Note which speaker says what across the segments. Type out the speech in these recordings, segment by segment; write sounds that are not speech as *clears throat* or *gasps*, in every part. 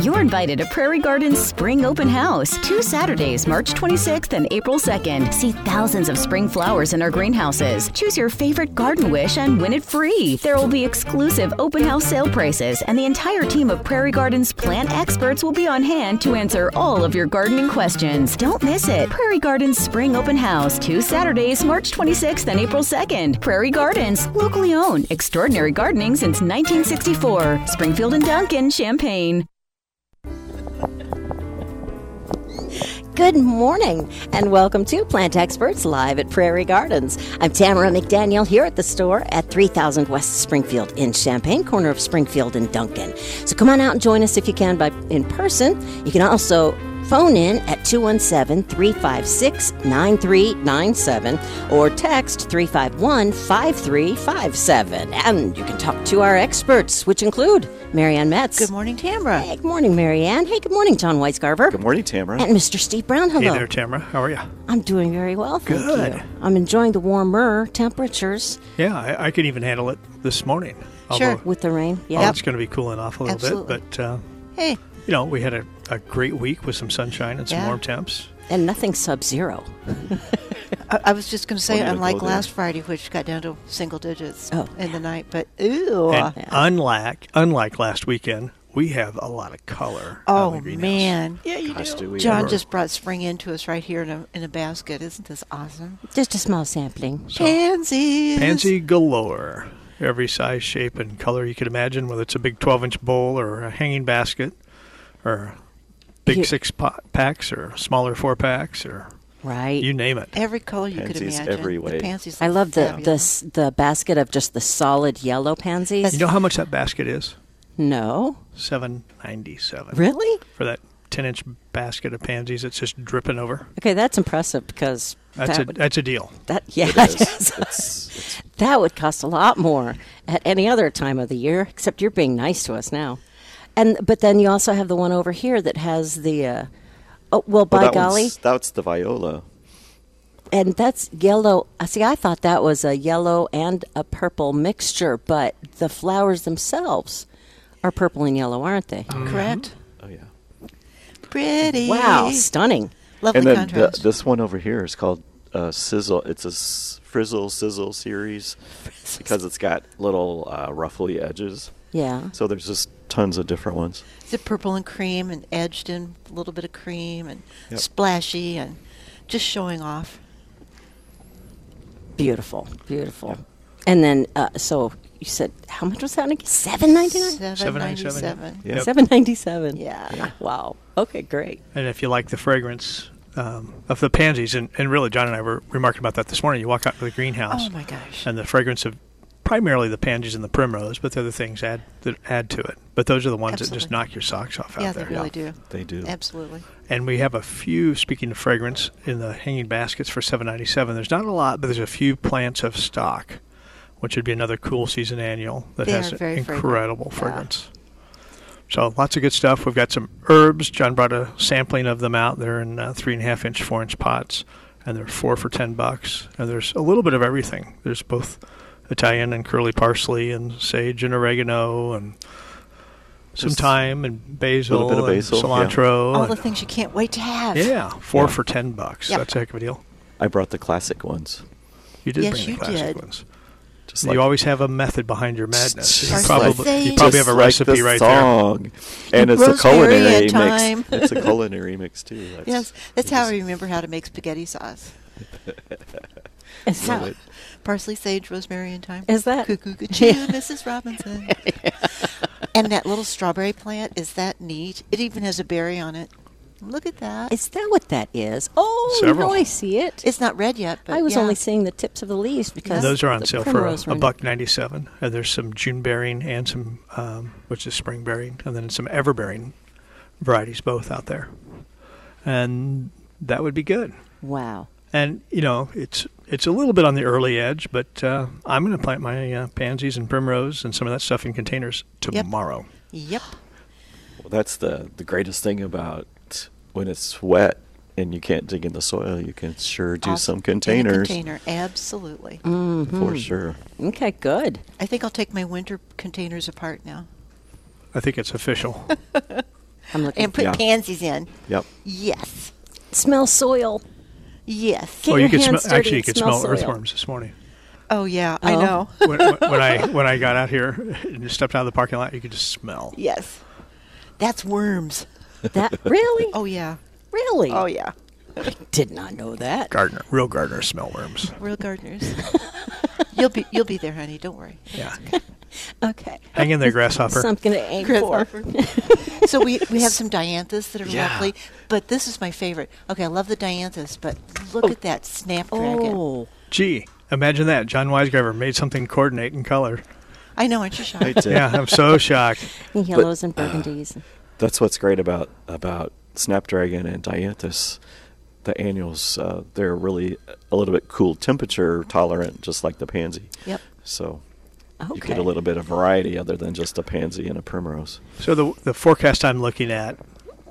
Speaker 1: You're invited to Prairie Gardens Spring Open House, two Saturdays, March 26th and April 2nd. See thousands of spring flowers in our greenhouses. Choose your favorite garden wish and win it free. There will be exclusive open house sale prices, and the entire team of Prairie Gardens plant experts will be on hand to answer all of your gardening questions. Don't miss it. Prairie Gardens Spring Open House, two Saturdays, March 26th and April 2nd. Prairie Gardens, locally owned, extraordinary gardening since 1964. Springfield and Duncan, Champaign.
Speaker 2: Good morning, and welcome to Plant Experts Live at Prairie Gardens. I'm Tamara McDaniel here at the store at 3000 West Springfield in Champaign, corner of Springfield and Duncan. So come on out and join us if you can by in person. You can also phone in at 217 356 9397 or text 351 5357. And you can talk to our experts, which include Marianne Metz.
Speaker 3: Good morning, Tamara.
Speaker 2: Hey, good morning, Marianne. Hey, good morning, John Weisgarber.
Speaker 4: Good morning, Tamara.
Speaker 2: And Mr. Steve Brown. Hello.
Speaker 5: Hey there, Tamara. How are you?
Speaker 2: I'm doing very well. Thank
Speaker 5: Good.
Speaker 2: You. I'm enjoying the warmer temperatures
Speaker 5: Yeah, I, I could even handle it this morning.
Speaker 3: Sure.
Speaker 5: Although,
Speaker 2: with the rain.
Speaker 5: oh,
Speaker 2: Yeah.
Speaker 5: it's going to be cooling off a little
Speaker 3: Absolutely.
Speaker 5: bit. But, uh,
Speaker 3: Hey,
Speaker 5: you know, we had a, a great week with some sunshine and some
Speaker 3: Yeah.
Speaker 5: warm temps.
Speaker 2: And nothing sub zero.
Speaker 3: I, I was just going to say,
Speaker 4: Don't even
Speaker 3: unlike
Speaker 4: go there.
Speaker 3: last Friday, which got down to single digits
Speaker 2: Oh,
Speaker 3: in the night, but ew.
Speaker 5: And unlike, unlike last weekend, we have a lot of color. out in
Speaker 3: oh,
Speaker 5: the greenhouse.
Speaker 3: man.
Speaker 4: Yeah, you Gosh, do. we
Speaker 3: John
Speaker 4: ever.
Speaker 3: just brought spring into us right here in a, in a basket. Isn't this awesome?
Speaker 2: Just a small sampling.
Speaker 3: Pansies.
Speaker 5: Pansy galore. Every size, shape, and color you could imagine, whether it's a big 12 inch bowl or a hanging basket or big
Speaker 2: You-
Speaker 5: six pa- packs or smaller four packs or
Speaker 2: Right.
Speaker 5: you name it.
Speaker 3: Every color you could
Speaker 4: Pansies
Speaker 3: imagine.
Speaker 4: every
Speaker 3: The
Speaker 4: way.
Speaker 3: pansies
Speaker 2: I
Speaker 3: look
Speaker 2: love the, the
Speaker 3: fabulous.
Speaker 2: s- the basket of just the solid yellow pansies.
Speaker 5: You know how much that basket is?
Speaker 2: no.
Speaker 5: 797
Speaker 2: Really?
Speaker 5: for that 10 inch basket of pansies that's just dripping over.
Speaker 2: Okay, that's impressive because
Speaker 5: That's
Speaker 2: that
Speaker 5: a
Speaker 2: would,
Speaker 5: that's a deal.
Speaker 2: that yeah,
Speaker 4: It is.
Speaker 2: yes.
Speaker 4: It's- it's-
Speaker 2: *laughs* that would cost a lot more at any other time of the year. Except you're being nice to us now, and but then you also have the one over here that has the. Uh, Oh, well, by
Speaker 4: well, that
Speaker 2: golly.
Speaker 4: one's- That's the viola.
Speaker 2: And that's yellow. I See, I thought that was a yellow and a purple mixture, but the flowers themselves are purple and yellow, aren't they?
Speaker 3: Correct.
Speaker 4: Oh, yeah.
Speaker 3: Pretty.
Speaker 2: Mm-hmm. Wow, stunning.
Speaker 3: Lovely
Speaker 4: And then the,
Speaker 3: contrast.
Speaker 4: this one over here is called uh, Sizzle. It's a s- Frizzle Sizzle series because it's got little uh, ruffly edges.
Speaker 3: Uh-huh.
Speaker 2: Yeah.
Speaker 4: So there's just tons of different ones.
Speaker 3: the purple and cream and edged in a little bit of cream and
Speaker 4: Yep.
Speaker 3: splashy and just showing off.
Speaker 2: Beautiful, beautiful. And then, uh, so you said, how much was that again? Seven ninety nine.
Speaker 3: Seven ninety
Speaker 5: 797,
Speaker 3: seven.
Speaker 4: Yeah.
Speaker 2: Seven ninety seven.
Speaker 3: Yeah.
Speaker 2: Wow. Okay, great.
Speaker 5: And if you like the fragrance um, of the pansies, and, and really, John and I were remarking about that this morning. You walk out to the greenhouse,
Speaker 3: Oh my gosh.
Speaker 5: and the fragrance of primarily the pansies and the primrose, but the other things add that add to it. But those are the ones that just
Speaker 3: Absolutely.
Speaker 5: knock your socks off
Speaker 3: Yeah,
Speaker 5: out
Speaker 3: they
Speaker 5: there.
Speaker 3: really do.
Speaker 4: They do.
Speaker 3: Absolutely.
Speaker 5: And we have a few. Speaking of fragrance, in the hanging baskets for seven ninety seven, there's not a lot, but there's a few plants of stock, which would be another cool season annual that
Speaker 3: They
Speaker 5: has
Speaker 3: are very fragrant.
Speaker 5: incredible
Speaker 3: Yeah.
Speaker 5: fragrance. So lots of good stuff. We've got some herbs. John brought a sampling of them out. They're in uh, three and a half inch, four inch pots, and they're four for ten bucks. And there's a little bit of everything. There's both Italian and curly parsley, and sage and oregano, and some
Speaker 4: Just
Speaker 5: thyme and basil,
Speaker 4: little bit of
Speaker 5: and
Speaker 4: basil, yeah.
Speaker 5: cilantro.
Speaker 3: All
Speaker 5: and-
Speaker 3: the things you can't wait to have.
Speaker 5: yeah, four
Speaker 4: Yeah.
Speaker 5: for ten bucks.
Speaker 3: Yeah.
Speaker 5: That's a heck of a deal.
Speaker 4: I brought the classic ones.
Speaker 5: You did
Speaker 3: Yes,
Speaker 5: bring
Speaker 3: you
Speaker 5: the classic
Speaker 3: did.
Speaker 5: ones.
Speaker 4: Just
Speaker 5: you always have a method behind your madness. You
Speaker 3: Just
Speaker 5: probably,
Speaker 3: like-
Speaker 5: you probably have
Speaker 4: just
Speaker 5: a
Speaker 4: like
Speaker 5: recipe
Speaker 4: the
Speaker 5: right
Speaker 4: song. And it's a
Speaker 3: Rosemary
Speaker 4: culinary
Speaker 3: and
Speaker 4: mix.
Speaker 3: thyme. *laughs*
Speaker 4: It's a culinary mix too. That's,
Speaker 3: Yes, that's how I
Speaker 4: just
Speaker 3: remember how to make spaghetti sauce.
Speaker 2: Is
Speaker 4: love
Speaker 2: that,
Speaker 4: it.
Speaker 3: Parsley, sage, rosemary, and thyme.
Speaker 2: Is that-
Speaker 3: cuckoo,
Speaker 2: *laughs*
Speaker 3: cuckoo, Mrs. Robinson? and that little strawberry plant is that neat? It even has a berry on it. Look at that. It's,
Speaker 2: is that what that is? Oh,
Speaker 5: Several.
Speaker 2: now I see it.
Speaker 3: not red yet, but
Speaker 2: I was
Speaker 3: yeah.
Speaker 2: only seeing the tips of the leaves
Speaker 5: there.
Speaker 2: because
Speaker 5: Those are on
Speaker 2: the
Speaker 5: sale for a,
Speaker 2: primrose
Speaker 5: a
Speaker 2: were-
Speaker 5: buck ninety-seven, and there's some June bearing and some, um, which is spring bearing, and then some ever bearing varieties both out there, and that would be good.
Speaker 2: Wow.
Speaker 5: And you know, it's it's a little bit on the early edge, but uh, I'm going to plant my uh, pansies and primrose and some of that stuff in containers tomorrow.
Speaker 3: Yep.
Speaker 4: Well, that's the the greatest thing about when it's wet and you can't dig in the soil. You can sure do
Speaker 3: Off in
Speaker 4: some
Speaker 3: a
Speaker 4: containers
Speaker 3: container, Mm-hmm. absolutely.
Speaker 2: Mm.
Speaker 4: for sure.
Speaker 2: Okay, good.
Speaker 3: I think I'll take my winter containers apart now.
Speaker 2: *laughs*
Speaker 5: I think it's official.
Speaker 2: I'm looking.
Speaker 3: and put
Speaker 4: Yeah.
Speaker 3: pansies in.
Speaker 4: Yep.
Speaker 3: Yes.
Speaker 2: smell soil.
Speaker 3: Yes.
Speaker 2: Get
Speaker 5: well, you
Speaker 2: your
Speaker 5: could smell.
Speaker 2: hands dirty
Speaker 5: Actually, you
Speaker 2: and
Speaker 5: could
Speaker 2: smell
Speaker 5: smell
Speaker 2: soil.
Speaker 5: earthworms this morning.
Speaker 3: Oh yeah, I
Speaker 2: Oh.
Speaker 3: know. *laughs*
Speaker 5: When, when when I when I got out here and just stepped out of the parking lot, you could just smell.
Speaker 3: yes. That's worms.
Speaker 2: That
Speaker 5: *laughs*
Speaker 2: really,
Speaker 3: Oh yeah.
Speaker 2: really.
Speaker 3: Oh yeah.
Speaker 2: Did not know that.
Speaker 5: Gardener, real gardener smell worms.
Speaker 3: Real gardeners. *laughs* you'll be you'll be there, honey. Don't worry.
Speaker 2: *laughs*
Speaker 5: Yeah,
Speaker 2: Okay.
Speaker 5: hang in there, grasshopper.
Speaker 2: Something to aim for.
Speaker 3: *laughs* so we, we have some dianthus that are
Speaker 4: Yeah.
Speaker 3: lovely, but this is my favorite. Okay, I love the dianthus, but look
Speaker 4: Oh.
Speaker 3: at that snapdragon.
Speaker 2: Oh,
Speaker 5: Gee, imagine that. John Weisgraber made something coordinate in color.
Speaker 3: I know, aren't you shocked?
Speaker 4: I did.
Speaker 5: *laughs* Yeah, I'm so shocked.
Speaker 2: and yellows and burgundies.
Speaker 4: That's what's great about about Snapdragon and Dianthus. The annuals, uh, they're really a little bit cool temperature tolerant, just like the pansy.
Speaker 3: Yep.
Speaker 4: So you
Speaker 2: Okay.
Speaker 4: get a little bit of variety other than just a pansy and a primrose.
Speaker 5: So the the forecast I'm looking at,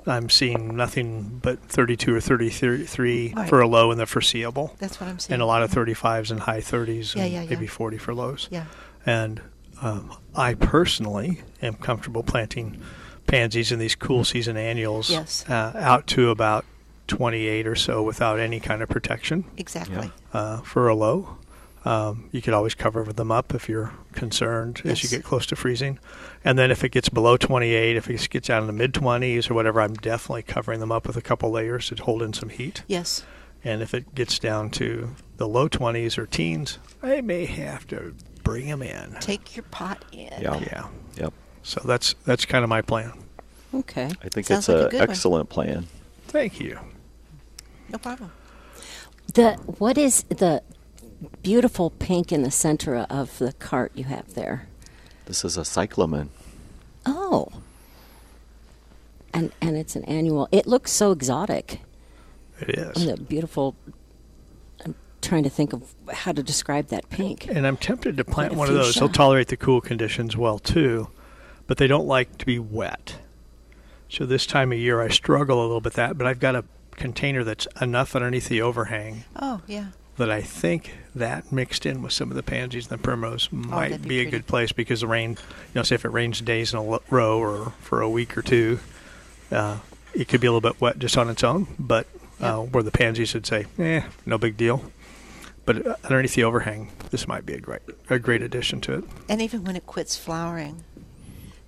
Speaker 5: I'm seeing nothing but 32 or 33
Speaker 3: Right.
Speaker 5: for a low in the foreseeable,
Speaker 3: That's what I'm saying.
Speaker 5: and a lot of 35s and high 30s, and
Speaker 3: Yeah, yeah,
Speaker 5: maybe
Speaker 3: yeah.
Speaker 5: 40 for lows.
Speaker 3: Yeah.
Speaker 5: And um, I personally am comfortable planting pansies in these cool season annuals
Speaker 3: Mm-hmm. Yes.
Speaker 5: uh, out to about 28 or so without any kind of protection
Speaker 3: Exactly.
Speaker 5: uh, for a low. Um, you could always cover them up if you're concerned as you
Speaker 3: Yes.
Speaker 5: get close to freezing. And then if it gets below 28, if it gets down in the mid 20s or whatever, I'm definitely covering them up with a couple layers to hold in some heat.
Speaker 3: Yes.
Speaker 5: And if it gets down to the low 20s or teens, I may have to bring them in.
Speaker 3: Take your pot in.
Speaker 4: Yeah.
Speaker 5: Yeah.
Speaker 4: Yep.
Speaker 5: So that's that's kind of my plan.
Speaker 2: *sighs* Okay.
Speaker 4: I think
Speaker 3: Sounds
Speaker 4: it's
Speaker 3: like a
Speaker 4: an
Speaker 3: good one.
Speaker 4: excellent plan.
Speaker 5: Thank you.
Speaker 3: No problem.
Speaker 2: The what is the beautiful pink in the center of the cart you have there?
Speaker 4: This is a cyclamen.
Speaker 2: Oh. And and it's an annual. It looks so exotic.
Speaker 5: It is.
Speaker 2: And the beautiful. I'm trying to think of how to describe that pink.
Speaker 5: And I'm tempted to plant
Speaker 2: a
Speaker 5: one of those. They'll
Speaker 2: fuchsia.
Speaker 5: tolerate the cool conditions well too, but they don't like to be wet. So this time of year I struggle a little bit with that, but I've got a container that's enough underneath the overhang
Speaker 3: Oh yeah.
Speaker 5: that I think that mixed in with some of the pansies and the primrose might
Speaker 3: Oh, that'd be
Speaker 5: be, a
Speaker 3: pretty.
Speaker 5: good place because the rain, you know, say if it rains days in a lo- row or for a week or two, uh, it could be a little bit wet just on its own. But uh, where the pansies would say, eh, no big deal. But uh, underneath the overhang, this might be a great a great addition to it.
Speaker 3: And even when it quits flowering,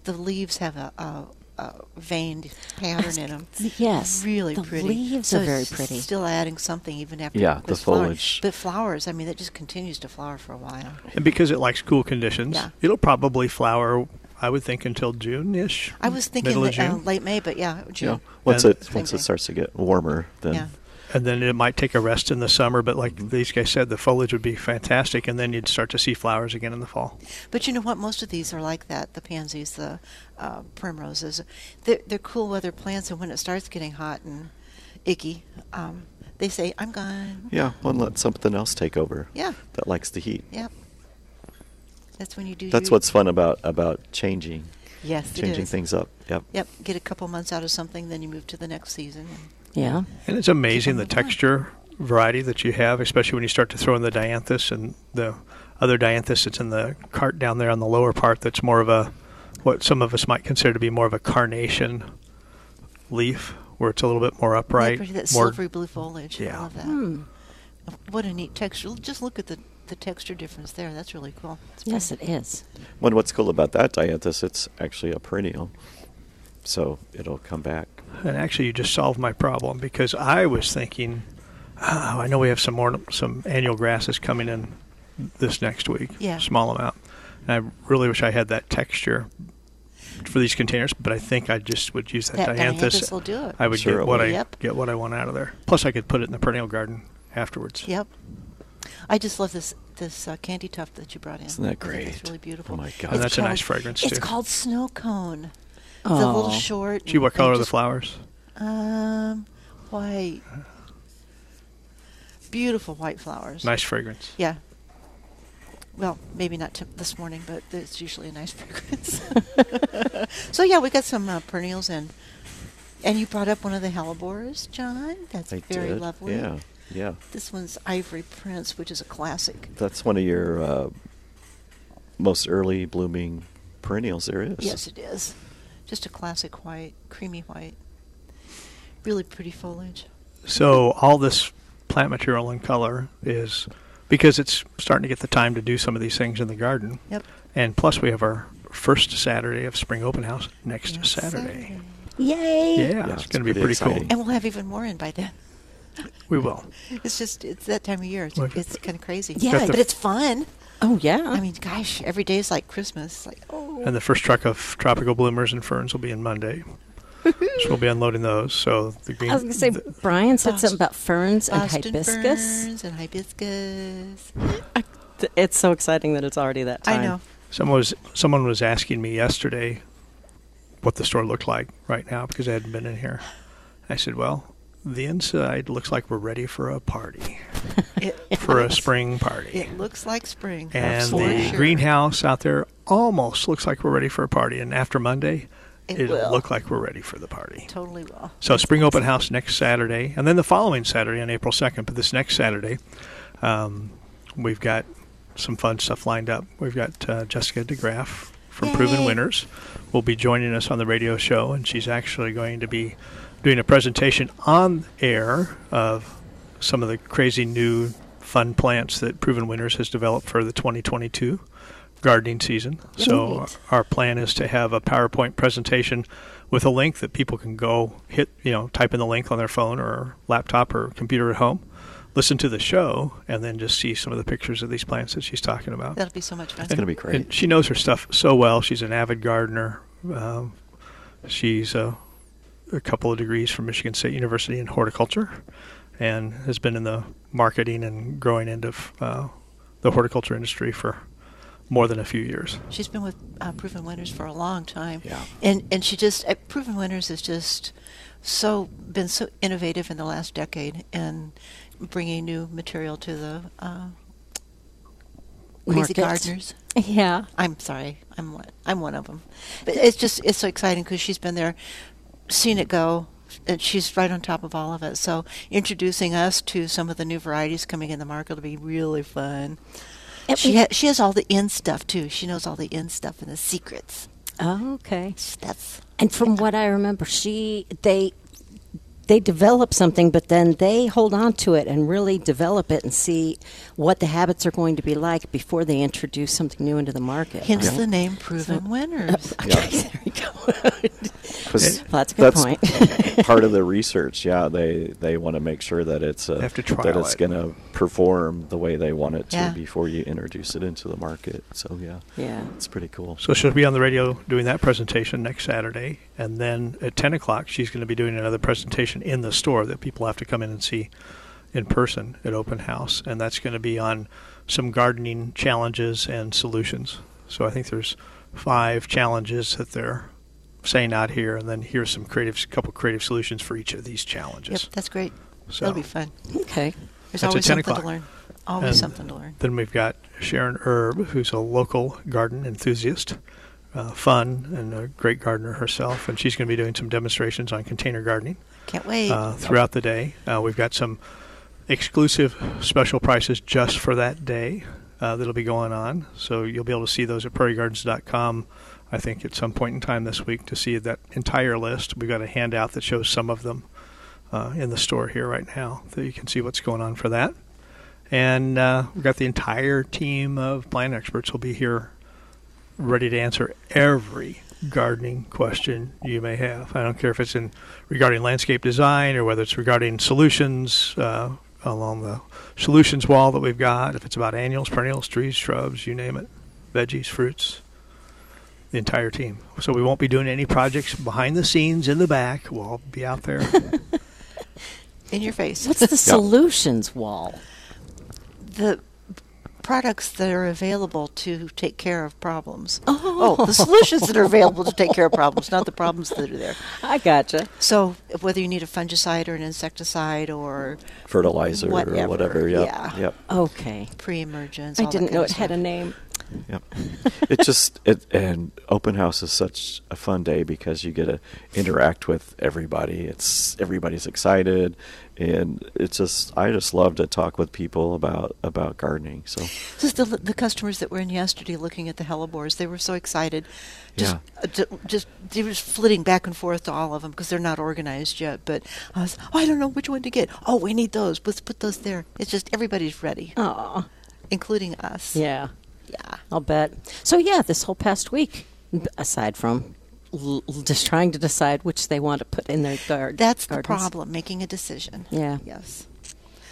Speaker 3: the leaves have a, a, a veined pattern in them.
Speaker 2: Yes,
Speaker 3: Really
Speaker 2: the
Speaker 3: pretty.
Speaker 2: leaves
Speaker 3: so
Speaker 2: are very
Speaker 3: it's
Speaker 2: pretty.
Speaker 3: Still adding something even after
Speaker 4: Yeah,
Speaker 3: it
Speaker 4: the
Speaker 3: quits flowering.
Speaker 4: foliage.
Speaker 3: But flowers, I mean, that just continues to flower for a while.
Speaker 5: And because it likes cool conditions,
Speaker 3: Yeah.
Speaker 5: it'll probably flower, I would think, until June ish.
Speaker 3: I
Speaker 4: Mm-hmm.
Speaker 3: was thinking
Speaker 5: middle of
Speaker 3: that, uh,
Speaker 5: June.
Speaker 3: late May, but yeah, June.
Speaker 4: Once
Speaker 5: And-
Speaker 4: it
Speaker 3: Same
Speaker 4: once
Speaker 3: thing.
Speaker 4: it starts to get warmer, then
Speaker 3: Yeah.
Speaker 5: and then it might take a rest in the summer. But like these guys said, the foliage would be fantastic, and then you'd start to see flowers again in the fall.
Speaker 3: But you know what? Most of these are like that. The pansies, the uh, primroses. They're, they're cool weather plants, and when it starts getting hot and icky, um, they say, "I'm gone."
Speaker 4: yeah, one let something else take over.
Speaker 3: Yeah.
Speaker 4: That likes the heat.
Speaker 3: Yep. That's when you do.
Speaker 4: That's
Speaker 3: your-
Speaker 4: what's fun about about changing
Speaker 3: yes, it
Speaker 4: changing
Speaker 3: is.
Speaker 4: things up. Yep.
Speaker 3: Yep. Get a couple months out of something, then you move to the next season.
Speaker 2: Yeah.
Speaker 5: And it's amazing the texture variety that you have, especially when you start to throw in the dianthus and the other dianthus that's in the cart down there on the lower part. That's more of a what some of us might consider to be more of a carnation leaf, where it's a little bit more
Speaker 3: Yeah,
Speaker 5: upright,
Speaker 3: pretty, that
Speaker 5: more
Speaker 3: silvery blue foliage. I
Speaker 5: Yeah.
Speaker 3: love that.
Speaker 2: Hmm.
Speaker 3: Oh, What a neat texture. Just look at the the texture difference there. That's really cool. It's
Speaker 2: Yes,
Speaker 3: pretty.
Speaker 2: it is.
Speaker 4: Well, what's cool about that dianthus? It's actually a perennial, so it'll come back.
Speaker 5: And actually, you just solved my problem because I was thinking, oh, I know we have some more some annual grasses coming in this next week,
Speaker 3: Yeah.
Speaker 5: small amount. And I really wish I had that texture for these containers, but I think I just would use that,
Speaker 3: That
Speaker 5: dianthus.
Speaker 3: dianthus will do it.
Speaker 5: I would
Speaker 4: Sure
Speaker 5: get
Speaker 4: it
Speaker 5: what
Speaker 4: will.
Speaker 5: I
Speaker 3: Yep.
Speaker 5: get what I want out of there. Plus, I could put it in the perennial garden afterwards.
Speaker 3: Yep. I just love this this uh, candy tuft that you brought in.
Speaker 4: Isn't that
Speaker 3: I think
Speaker 4: great?
Speaker 3: It's really beautiful.
Speaker 4: Oh my God.
Speaker 5: And that's a
Speaker 3: called-
Speaker 5: nice fragrance
Speaker 3: It's
Speaker 5: too.
Speaker 3: called snow cone. It's a
Speaker 2: Oh.
Speaker 3: little short.
Speaker 5: Gee, what
Speaker 3: and-
Speaker 5: color
Speaker 3: and
Speaker 5: are the
Speaker 3: just-
Speaker 5: flowers?
Speaker 3: Um, white. Beautiful white flowers.
Speaker 5: Nice fragrance.
Speaker 3: Yeah. Well, maybe not t- this morning, but it's usually a nice *laughs*
Speaker 4: *laughs*
Speaker 3: fragrance. so yeah, we got some uh, perennials in, and you brought up one of the hellebores, John. That's
Speaker 4: They
Speaker 3: very
Speaker 4: did.
Speaker 3: lovely.
Speaker 4: Yeah, yeah.
Speaker 3: This one's Ivory Prince, which is a classic.
Speaker 4: That's one of your uh, most early blooming perennials there is.
Speaker 3: Yes, it is. Just a classic white, creamy white. Really pretty foliage.
Speaker 5: So all this plant material and color is because it's starting to get the time to do some of these things in the garden.
Speaker 3: Yep.
Speaker 5: And plus, we have our first Saturday of spring open house next
Speaker 3: Next
Speaker 5: Saturday.
Speaker 2: Yay!
Speaker 5: Yeah,
Speaker 4: Yeah,
Speaker 5: it's
Speaker 4: it's
Speaker 5: going to be
Speaker 4: pretty
Speaker 5: pretty
Speaker 4: exciting.
Speaker 5: cool.
Speaker 3: And we'll have even more in by then. *laughs*
Speaker 5: We will.
Speaker 3: It's just, it's that time of year. It's,
Speaker 5: Like-
Speaker 3: it's kind of crazy.
Speaker 2: Yeah,
Speaker 5: the-
Speaker 3: but it's fun.
Speaker 2: Oh yeah.
Speaker 3: I mean, gosh, every day is like Christmas. It's Like, oh,
Speaker 5: And the first truck of tropical bloomers and ferns will be in Monday. so we'll be unloading those. So the green.
Speaker 2: I was going to say
Speaker 5: the-
Speaker 2: Brian said
Speaker 3: Bos-
Speaker 2: something about ferns
Speaker 3: Boston
Speaker 2: and hibiscus.
Speaker 3: ferns and hibiscus.
Speaker 2: Th- It's so exciting that it's already that time.
Speaker 3: I know.
Speaker 5: Someone was someone was asking me yesterday what the store looked like right now because I hadn't been in here. I said, "Well, the inside looks like we're ready for a party,
Speaker 3: It
Speaker 5: *laughs* for
Speaker 3: *laughs*
Speaker 5: a
Speaker 3: looks-
Speaker 5: spring party."
Speaker 3: It looks like spring.
Speaker 5: and
Speaker 3: for
Speaker 5: the
Speaker 3: sure.
Speaker 5: greenhouse out there almost looks like we're ready for a party. And after Monday,
Speaker 3: It
Speaker 5: it'll
Speaker 3: will.
Speaker 5: look like we're ready for the party.
Speaker 3: totally will.
Speaker 5: So spring open house next Saturday, and then the following Saturday on April second. But this next Saturday, um, we've got some fun stuff lined up. We've got uh, Jessica DeGraff from Proven
Speaker 3: Yay.
Speaker 5: Winners will be joining us on the radio show, and she's actually going to be doing a presentation on air of some of the crazy new fun plants that Proven Winners has developed for the 2022 gardening season. So
Speaker 2: Great.
Speaker 5: our plan is to have a PowerPoint presentation with a link that people can go hit, you know, type in the link on their phone or laptop or computer at home, listen to the show, and then just see some of the pictures of these plants that she's talking about.
Speaker 3: That'll be so much fun.
Speaker 4: It's going to be
Speaker 5: And
Speaker 4: great.
Speaker 5: she knows her stuff so well. She's an avid gardener. Um, she's uh, a couple of degrees from Michigan State University in horticulture, and has been in the marketing and growing end of uh, the horticulture industry for more than a few years.
Speaker 3: She's been with uh, Proven Winners for a long time.
Speaker 4: Yeah.
Speaker 3: And and she just uh, Proven Winners has just so been so innovative in the last decade and bringing new material to the uh, crazy
Speaker 2: Market.
Speaker 3: gardeners.
Speaker 2: Yeah.
Speaker 3: I'm sorry, I'm one, I'm one of them. But it's just it's so exciting because she's been there, seen it go, and she's right on top of all of it. So introducing us to some of the new varieties coming in the market will be really fun.
Speaker 2: And
Speaker 3: She
Speaker 2: we-
Speaker 3: ha- she has all the in stuff too. She knows all the in stuff and the secrets.
Speaker 2: Oh, okay.
Speaker 3: That's
Speaker 2: And from what I remember, she they they develop something, but then they hold on to it and really develop it and see what the habits are going to be like before they introduce something new into the market.
Speaker 3: hence
Speaker 2: right?
Speaker 3: the name Proven Winners.
Speaker 2: *laughs*
Speaker 5: uh,
Speaker 2: Okay, there we go.
Speaker 4: Because
Speaker 2: Well, that's a good point. *laughs*
Speaker 4: *laughs* part of the research. Yeah, they they want to make sure that it's a,
Speaker 5: They have to
Speaker 4: that
Speaker 5: trial
Speaker 4: it's
Speaker 5: it.
Speaker 4: going to perform the way they want it to
Speaker 3: Yeah.
Speaker 4: before you introduce it into the market. So yeah,
Speaker 2: Yeah.
Speaker 4: it's pretty cool.
Speaker 5: So she'll be on the radio doing that presentation next Saturday, and then at ten o'clock she's going to be doing another presentation in the store that people have to come in and see in person at open house, and that's going to be on some gardening challenges and solutions. So I think there's five challenges that they're saying out here, and then here's some creative, couple creative solutions for each of these
Speaker 3: Yep,
Speaker 5: challenges.
Speaker 3: that's great.
Speaker 5: So-
Speaker 3: That'll be fun.
Speaker 2: Okay.
Speaker 3: There's
Speaker 5: That's at
Speaker 3: always
Speaker 5: 10
Speaker 3: something to
Speaker 5: o'clock.
Speaker 3: learn. Always
Speaker 5: And
Speaker 3: something to learn.
Speaker 5: Then we've got Sharon Erb, who's a local garden enthusiast, uh, fun, and a great gardener herself. And she's going to be doing some demonstrations on container gardening
Speaker 3: Can't wait.
Speaker 5: uh, throughout the day. Uh, we've got some exclusive special prices just for that day uh, that'll be going on. So you'll be able to see those at prairiegardens.com, I think, at some point in time this week to see that entire list. We've got a handout that shows some of them uh, in the store here right now that you can see what's going on for that. And uh, we've got the entire team of plant experts will be here ready to answer every gardening question you may have. I don't care if it's in regarding landscape design or whether it's regarding solutions uh, along the solutions wall that we've got. If it's about annuals, perennials, trees, shrubs, you name it, veggies, fruits, the entire team. So we won't be doing any projects behind the scenes in the back. We'll all be out there.
Speaker 3: in your face.
Speaker 2: What's the solutions wall?
Speaker 3: the products that are available to take care of problems.
Speaker 2: Oh.
Speaker 3: the solutions that are available to take care of problems, not the problems that are there.
Speaker 2: I gotcha.
Speaker 3: So whether you need a fungicide or an insecticide or
Speaker 4: Fertilizer
Speaker 3: Whatever,
Speaker 4: or whatever. Yep.
Speaker 3: yeah.
Speaker 4: Yep.
Speaker 2: Okay.
Speaker 3: pre-emergence,
Speaker 2: I
Speaker 3: all that
Speaker 2: didn't
Speaker 3: kind
Speaker 2: know
Speaker 3: of
Speaker 2: it had a
Speaker 3: stuff.
Speaker 2: name.
Speaker 4: Yep. it just it and open house is such a fun day because you get to interact with everybody. It's everybody's excited, and it's just I just love to talk with people about about gardening. So
Speaker 3: Just the, the customers that were in yesterday looking at the hellebores, they were so excited. Just,
Speaker 4: Yeah.
Speaker 3: uh, ju- just they were just flitting back and forth to all of them because they're not organized yet. But I was, oh, I don't know which one to get. Oh, we need those. Let's put those there. It's just everybody's ready,
Speaker 2: Oh,
Speaker 3: including us.
Speaker 2: yeah.
Speaker 3: Yeah.
Speaker 2: I'll bet. So yeah, this whole past week, b- aside from l- l- just trying to decide which they want to put in their gar-
Speaker 3: That's the
Speaker 2: gardens.
Speaker 3: problem, making a decision.
Speaker 2: Yeah.
Speaker 3: Yes.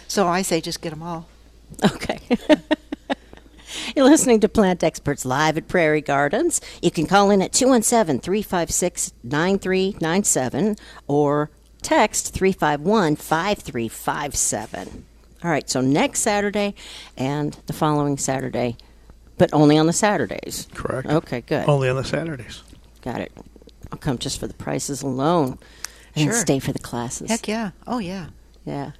Speaker 3: So I say just get them all.
Speaker 2: *laughs* Okay. *laughs* You're listening to Plant Experts Live at Prairie Gardens. You can call in at 217 356 9397 or text 351 5357. All right, so next Saturday and the following Saturday, but only on the Saturdays.
Speaker 5: Correct.
Speaker 2: Okay, good.
Speaker 5: Only on the Saturdays.
Speaker 2: Got it. I'll come just for the prices alone and
Speaker 3: Sure.
Speaker 2: stay for the classes.
Speaker 3: Heck yeah. Oh, yeah.
Speaker 2: yeah.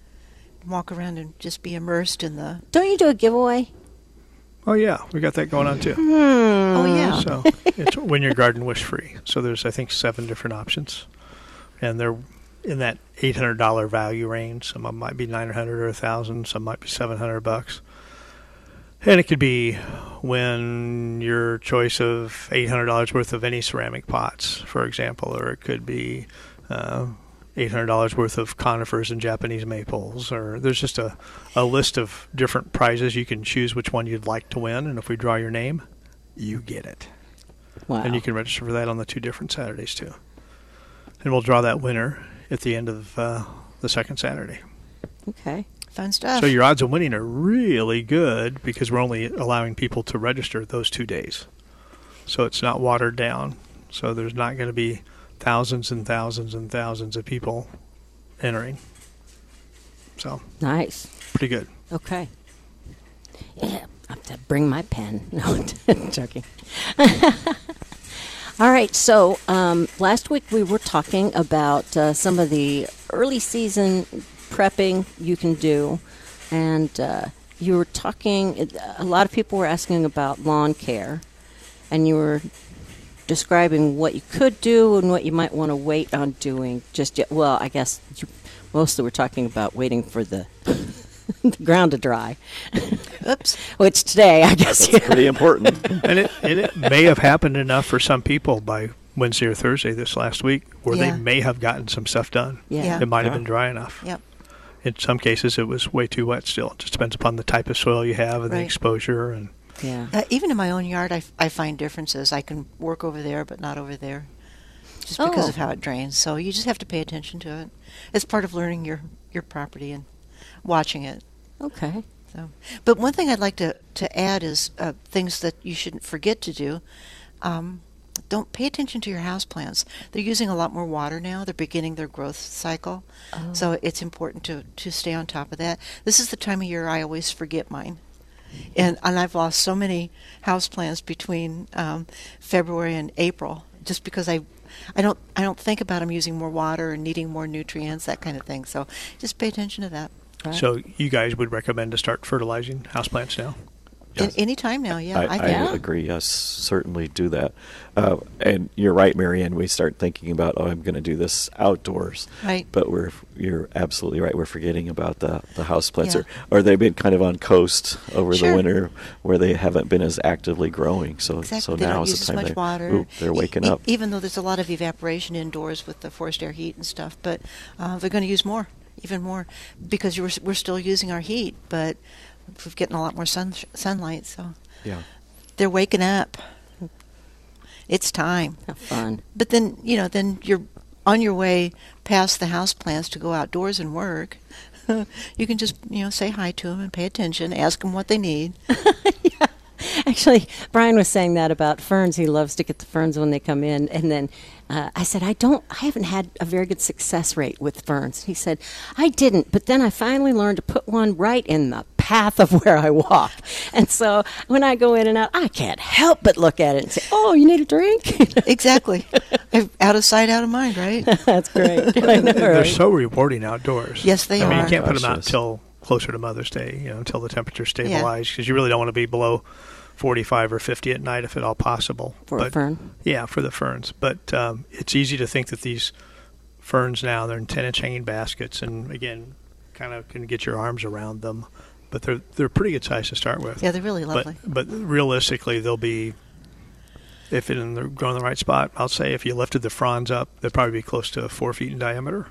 Speaker 3: Walk around and just be immersed in the.
Speaker 2: Don't you do a giveaway?
Speaker 5: Oh yeah, we got that going on too.
Speaker 3: Oh,
Speaker 2: Mm,
Speaker 3: yeah.
Speaker 5: So it's win your garden wish free. So there's I think seven different options, and they're in that eight hundred dollar value range. Some of them might be nine hundred or a thousand. Some might be seven hundred bucks. And it could be win your choice of eight hundred dollars worth of any ceramic pots, for example, or it could be uh, eight hundred dollars worth of conifers and Japanese maples, or there's just a, a list of different prizes. You can choose which one you'd like to win, and if we draw your name, you get it.
Speaker 2: Wow.
Speaker 5: And you can register for that on the two different Saturdays too. And we'll draw that winner at the end of uh, the second Saturday.
Speaker 2: okay.
Speaker 3: Fun stuff.
Speaker 5: So your odds of winning are really good because we're only allowing people to register those two days. So it's not watered down. So there's not going to be thousands and thousands and thousands of people entering. So
Speaker 2: Nice.
Speaker 5: pretty good.
Speaker 2: Okay. Yeah, I have to bring my pen. *laughs* No, I'm joking. *laughs* All right. So um, last week we were talking about uh, some of the early season prepping you can do, and uh, you were talking. A lot of people were asking about lawn care, and you were describing what you could do and what you might want to wait on doing. Just yet. Well, I guess you mostly were talking about waiting for the *laughs* the ground to dry,
Speaker 3: Oops.
Speaker 2: which today I guess *laughs*
Speaker 4: it's pretty
Speaker 3: *laughs*
Speaker 4: important.
Speaker 5: and it, and it may have happened enough for some people by Wednesday or Thursday this last week where
Speaker 3: Yeah.
Speaker 5: they may have gotten some stuff done.
Speaker 2: Yeah.
Speaker 3: Yeah.
Speaker 5: It might have
Speaker 4: Yeah.
Speaker 5: been dry enough.
Speaker 3: Yep.
Speaker 5: In some cases, it was way too wet still. It just depends upon the type of soil you have and the
Speaker 3: Right.
Speaker 5: exposure. And
Speaker 2: yeah.
Speaker 3: Uh, even in my own yard, I, f- I find differences. I can work over there, but not over there, just because
Speaker 2: Oh.
Speaker 3: of how it drains. So you just have to pay attention to it. It's part of learning your your property and watching it.
Speaker 2: Okay.
Speaker 3: So, but one thing I'd like to to add is uh, things that you shouldn't forget to do. Um, don't pay attention to your house plants. They're using a lot more water now. They're beginning their growth cycle, so it's important to to stay on top of that. This is the time of year I always forget mine, and and I've lost so many house plants between um, February and April just because I. I don't. I don't think about them using more water and needing more nutrients, that kind of thing. So, just pay attention to that.
Speaker 5: so, you guys would recommend to start fertilizing houseplants now?
Speaker 3: An- Any time now, yeah.
Speaker 4: I, I
Speaker 2: Yeah.
Speaker 4: agree. Yes, certainly do that. Uh, and you're right, Marianne. We start thinking about, oh, I'm going to do this outdoors.
Speaker 3: Right.
Speaker 4: But we're you're absolutely right. We're forgetting about the the house plants,
Speaker 3: Yeah.
Speaker 4: or, or they've been kind of on coast over
Speaker 3: Sure.
Speaker 4: the winter where they haven't been as actively growing. So so
Speaker 3: they
Speaker 4: now
Speaker 3: don't
Speaker 4: is
Speaker 3: use
Speaker 4: the
Speaker 3: as
Speaker 4: time
Speaker 3: much
Speaker 4: they,
Speaker 3: water.
Speaker 4: ooh, they're
Speaker 3: E-
Speaker 4: waking
Speaker 3: e-
Speaker 4: up.
Speaker 3: Even though there's a lot of evaporation indoors with the forced air heat and stuff, but uh, they're going to use more, even more, because you were, we're still using our heat, but we're getting a lot more sun, sunlight, so
Speaker 4: yeah.
Speaker 3: they're waking up. It's time.
Speaker 2: Have fun.
Speaker 3: But then, you know, then you're on your way past the house plants to go outdoors and work. *laughs* you can just, you know, say hi to them and pay attention, ask them what they
Speaker 4: *laughs*
Speaker 3: need.
Speaker 2: Actually, Brian was saying that about ferns. He loves to get the ferns when they come in. And then uh, I said, I don't, I haven't had a very good success rate with ferns. He said, I didn't, but then I finally learned to put one right in the path of where I walk. And so when I go in and out, I can't help but look at it and say, Oh, you need a drink? *laughs*
Speaker 3: exactly. out of sight, out of mind, right?
Speaker 2: That's great. *laughs* I know,
Speaker 5: They're
Speaker 2: right?
Speaker 5: so rewarding outdoors.
Speaker 3: Yes, they
Speaker 5: I mean,
Speaker 3: are.
Speaker 5: you can't put
Speaker 4: Gosh,
Speaker 5: them out
Speaker 4: yes.
Speaker 5: until closer to Mother's Day, you know, until the temperature stabilizes, because you really don't want to be below 45 or 50 at night if at all possible.
Speaker 2: For a fern?
Speaker 5: Yeah, for the ferns. But um, it's easy to think that these ferns now, they're in 10 inch hanging baskets, and again, kind of can get your arms around them. But they're, they're pretty good size to start with.
Speaker 3: Yeah, they're really lovely.
Speaker 5: But, but realistically, they'll be, if it in the, go in the right spot, I'll say if you lifted the fronds up, they'd probably be close to four feet
Speaker 3: *gasps*
Speaker 5: in diameter,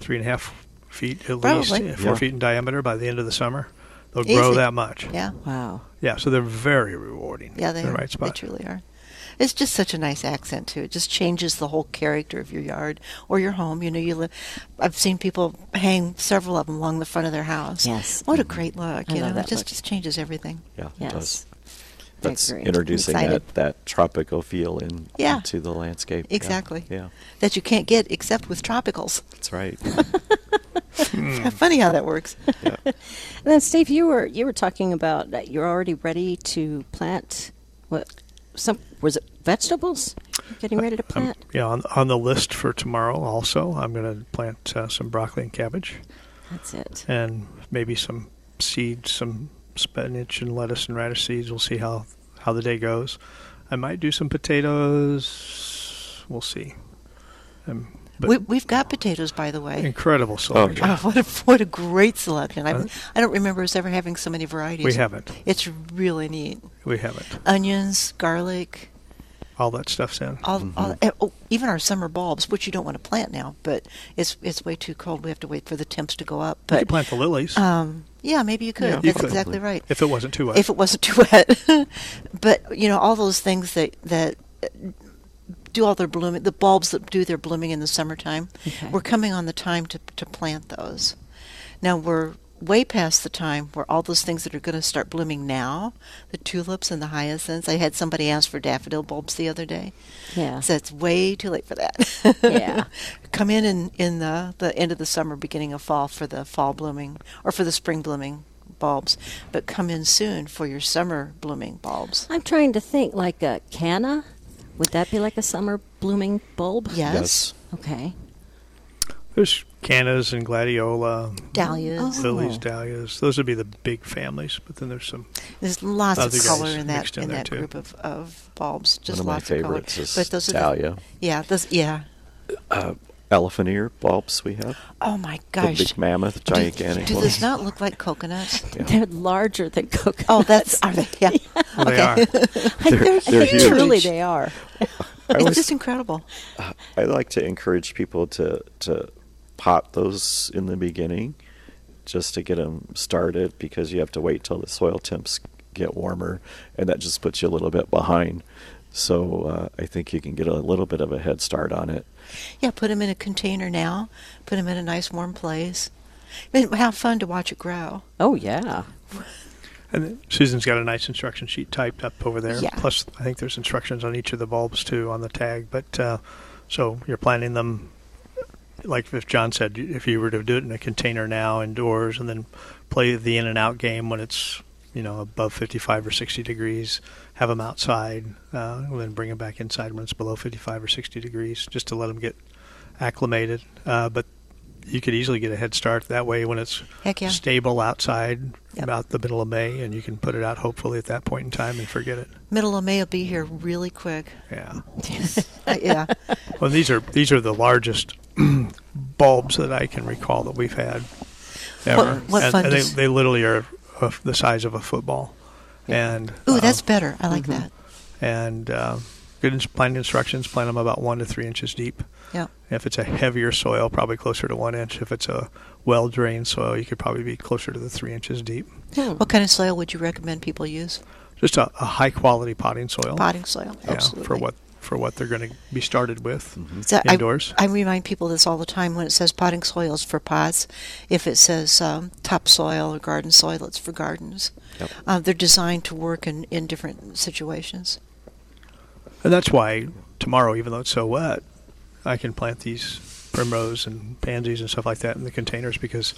Speaker 5: three and a half feet at least,
Speaker 3: Probably.
Speaker 5: yeah, four
Speaker 4: Yeah.
Speaker 5: feet in diameter by the end of the summer. They'll grow
Speaker 3: Easy.
Speaker 5: that much.
Speaker 3: Yeah.
Speaker 2: Wow.
Speaker 5: Yeah, so they're very rewarding.
Speaker 3: Yeah, they
Speaker 5: in the
Speaker 3: are.
Speaker 5: right spot.
Speaker 3: They truly are. It's just such a nice accent too. It just changes the whole character of your yard or your home. You know, you live. I've seen people hang several of them along the front of their house.
Speaker 2: Yes.
Speaker 3: What a great look!
Speaker 2: I
Speaker 3: you
Speaker 2: love
Speaker 3: know,
Speaker 2: that
Speaker 3: it just,
Speaker 2: look.
Speaker 3: just changes everything.
Speaker 4: Yeah, it does.
Speaker 2: Yes.
Speaker 4: That's
Speaker 2: Agreed.
Speaker 4: introducing
Speaker 3: Excited.
Speaker 4: that, that tropical feel in,
Speaker 3: Yeah.
Speaker 4: into the landscape. Yeah.
Speaker 3: Exactly.
Speaker 4: Yeah,
Speaker 3: That you can't get except with tropicals.
Speaker 4: that's right.
Speaker 3: *laughs*
Speaker 5: Mm.
Speaker 3: Funny how that works.
Speaker 4: yeah.
Speaker 2: And then Steve, you were you were talking about that you're already ready to plant what some was it vegetables? You're getting
Speaker 4: *laughs*
Speaker 2: ready to
Speaker 5: I'm,
Speaker 2: plant.
Speaker 5: yeah, on, on the list for tomorrow also, I'm going to plant uh, some broccoli and cabbage
Speaker 2: That's it.
Speaker 5: and maybe some seeds, some spinach and lettuce and radish seeds. We'll see how, how the day goes. I might do some potatoes. We'll see. Um, but
Speaker 3: we, we've got potatoes, by the way.
Speaker 5: incredible selection.
Speaker 3: Oh, *laughs* what a what a great selection! I I don't remember us ever having so many varieties.
Speaker 5: we haven't.
Speaker 3: It's really neat.
Speaker 5: We haven't.
Speaker 3: Onions, garlic,
Speaker 5: All that stuff's in.
Speaker 3: all, all
Speaker 5: Mm-hmm.
Speaker 3: eh, oh, even our summer bulbs, which you don't want to plant now, but it's it's way too cold. We have to wait for the temps to go up.
Speaker 5: you
Speaker 3: But
Speaker 5: could plant the lilies
Speaker 3: um, yeah, maybe you could.
Speaker 5: Yeah, you
Speaker 3: That's
Speaker 5: could.
Speaker 3: exactly right.
Speaker 5: if it wasn't too wet.
Speaker 3: If it wasn't *laughs* too wet, but you know all those things that that uh, do all their blooming, the bulbs that do their blooming in the summertime,
Speaker 2: Okay.
Speaker 3: we're coming on the time to to plant those. Now we're way past the time where all those things that are going to start blooming now, the tulips and the hyacinths. I had somebody ask for daffodil bulbs the other day.
Speaker 2: Yeah.
Speaker 3: So it's way too late for that.
Speaker 2: Yeah.
Speaker 3: *laughs* Come in, in in the the end of the summer, beginning of fall for the fall blooming or for the spring blooming bulbs, but come in soon for your summer blooming bulbs.
Speaker 2: I'm trying to think like a canna. Would that be like a summer blooming bulb?
Speaker 3: *laughs* Yes.
Speaker 4: Yes.
Speaker 2: Okay.
Speaker 5: There's cannas and gladiola,
Speaker 3: Dahlias.
Speaker 5: lilies,
Speaker 2: Oh.
Speaker 5: dahlias. Those would be the big families, but then there's some
Speaker 3: There's lots of
Speaker 5: Other
Speaker 3: color
Speaker 5: guys
Speaker 3: in that
Speaker 5: mixed
Speaker 3: in,
Speaker 5: in there,
Speaker 3: that
Speaker 5: too.
Speaker 3: group of, of bulbs. Just
Speaker 4: One of my
Speaker 3: lots
Speaker 4: favorites
Speaker 3: of
Speaker 4: is
Speaker 3: color.
Speaker 4: dahlia.
Speaker 3: the, yeah, those yeah.
Speaker 4: Elephant ear bulbs we have.
Speaker 3: Oh my gosh.
Speaker 4: The big mammoth,
Speaker 3: Do-
Speaker 4: gigantic
Speaker 3: Do,
Speaker 4: ones.
Speaker 3: those not look like
Speaker 4: *laughs*
Speaker 3: coconuts?
Speaker 4: Yeah.
Speaker 2: They're larger than coconuts.
Speaker 3: Oh,
Speaker 2: *laughs*
Speaker 3: that's are they?
Speaker 4: *laughs*
Speaker 3: Yeah.
Speaker 5: Well, they are.
Speaker 3: *laughs*
Speaker 4: They're- they're huge.
Speaker 2: Truly, they are.
Speaker 4: I
Speaker 3: It's
Speaker 4: always-
Speaker 3: just incredible.
Speaker 4: I like to encourage people to to pot those in the beginning, just to get them started because you have to wait till the soil temps get warmer, and that just puts you a little bit behind. So uh, I think you can get a little bit of a head start on it.
Speaker 3: Yeah, put them in a container now. Put them in a nice warm place. I mean, how fun to watch it grow.
Speaker 2: Oh yeah.
Speaker 5: And then Susan's got a nice instruction sheet typed up over there.
Speaker 3: Yeah.
Speaker 5: Plus, I think there's instructions on each of the bulbs too on the tag. But uh, so you're planting them, like if John said, if you were to do it in a container now indoors, and then play the in and out game when it's you know above 55 or 60 degrees, have them outside, uh, and then bring them back inside when it's below 55 or 60 degrees, just to let them get acclimated. Uh, but you could easily get a head start that way when it's
Speaker 3: Heck yeah.
Speaker 5: stable outside
Speaker 3: Yep.
Speaker 5: about the middle of May, and you can put it out hopefully at that point in time and forget it.
Speaker 3: Middle of May will be here really quick.
Speaker 5: Yeah.
Speaker 3: Uh,
Speaker 5: *laughs*
Speaker 3: yeah.
Speaker 5: Well, these are these are the largest *clears throat* bulbs that I can recall that we've had ever.
Speaker 3: what
Speaker 5: and,
Speaker 3: fun
Speaker 5: and they,
Speaker 3: does-
Speaker 5: they literally are of the size of a football. And
Speaker 3: Ooh,
Speaker 5: uh,
Speaker 3: that's better. I like that.
Speaker 5: and uh, good ins- plant instructions. Plant them about one to three inches deep.
Speaker 3: Yeah.
Speaker 5: If it's a heavier soil, probably closer to one inch. If it's a well drained soil, you could probably be closer to the three inches deep.
Speaker 3: What kind of soil would you recommend people use?
Speaker 5: Just a, a high quality potting soil.
Speaker 3: Potting soil.
Speaker 5: Oh. yeah,
Speaker 3: Absolutely.
Speaker 5: for what for what they're going to be started with.
Speaker 3: So I-
Speaker 5: Indoors.
Speaker 3: I, remind people this all the time when it says potting soils for pots. If it says um, topsoil or garden soil, it's for gardens.
Speaker 4: Yep.
Speaker 3: Uh, they're designed to work in, in different situations.
Speaker 5: And that's why tomorrow, even though it's so wet, I can plant these primrose and pansies and stuff like that in the containers because,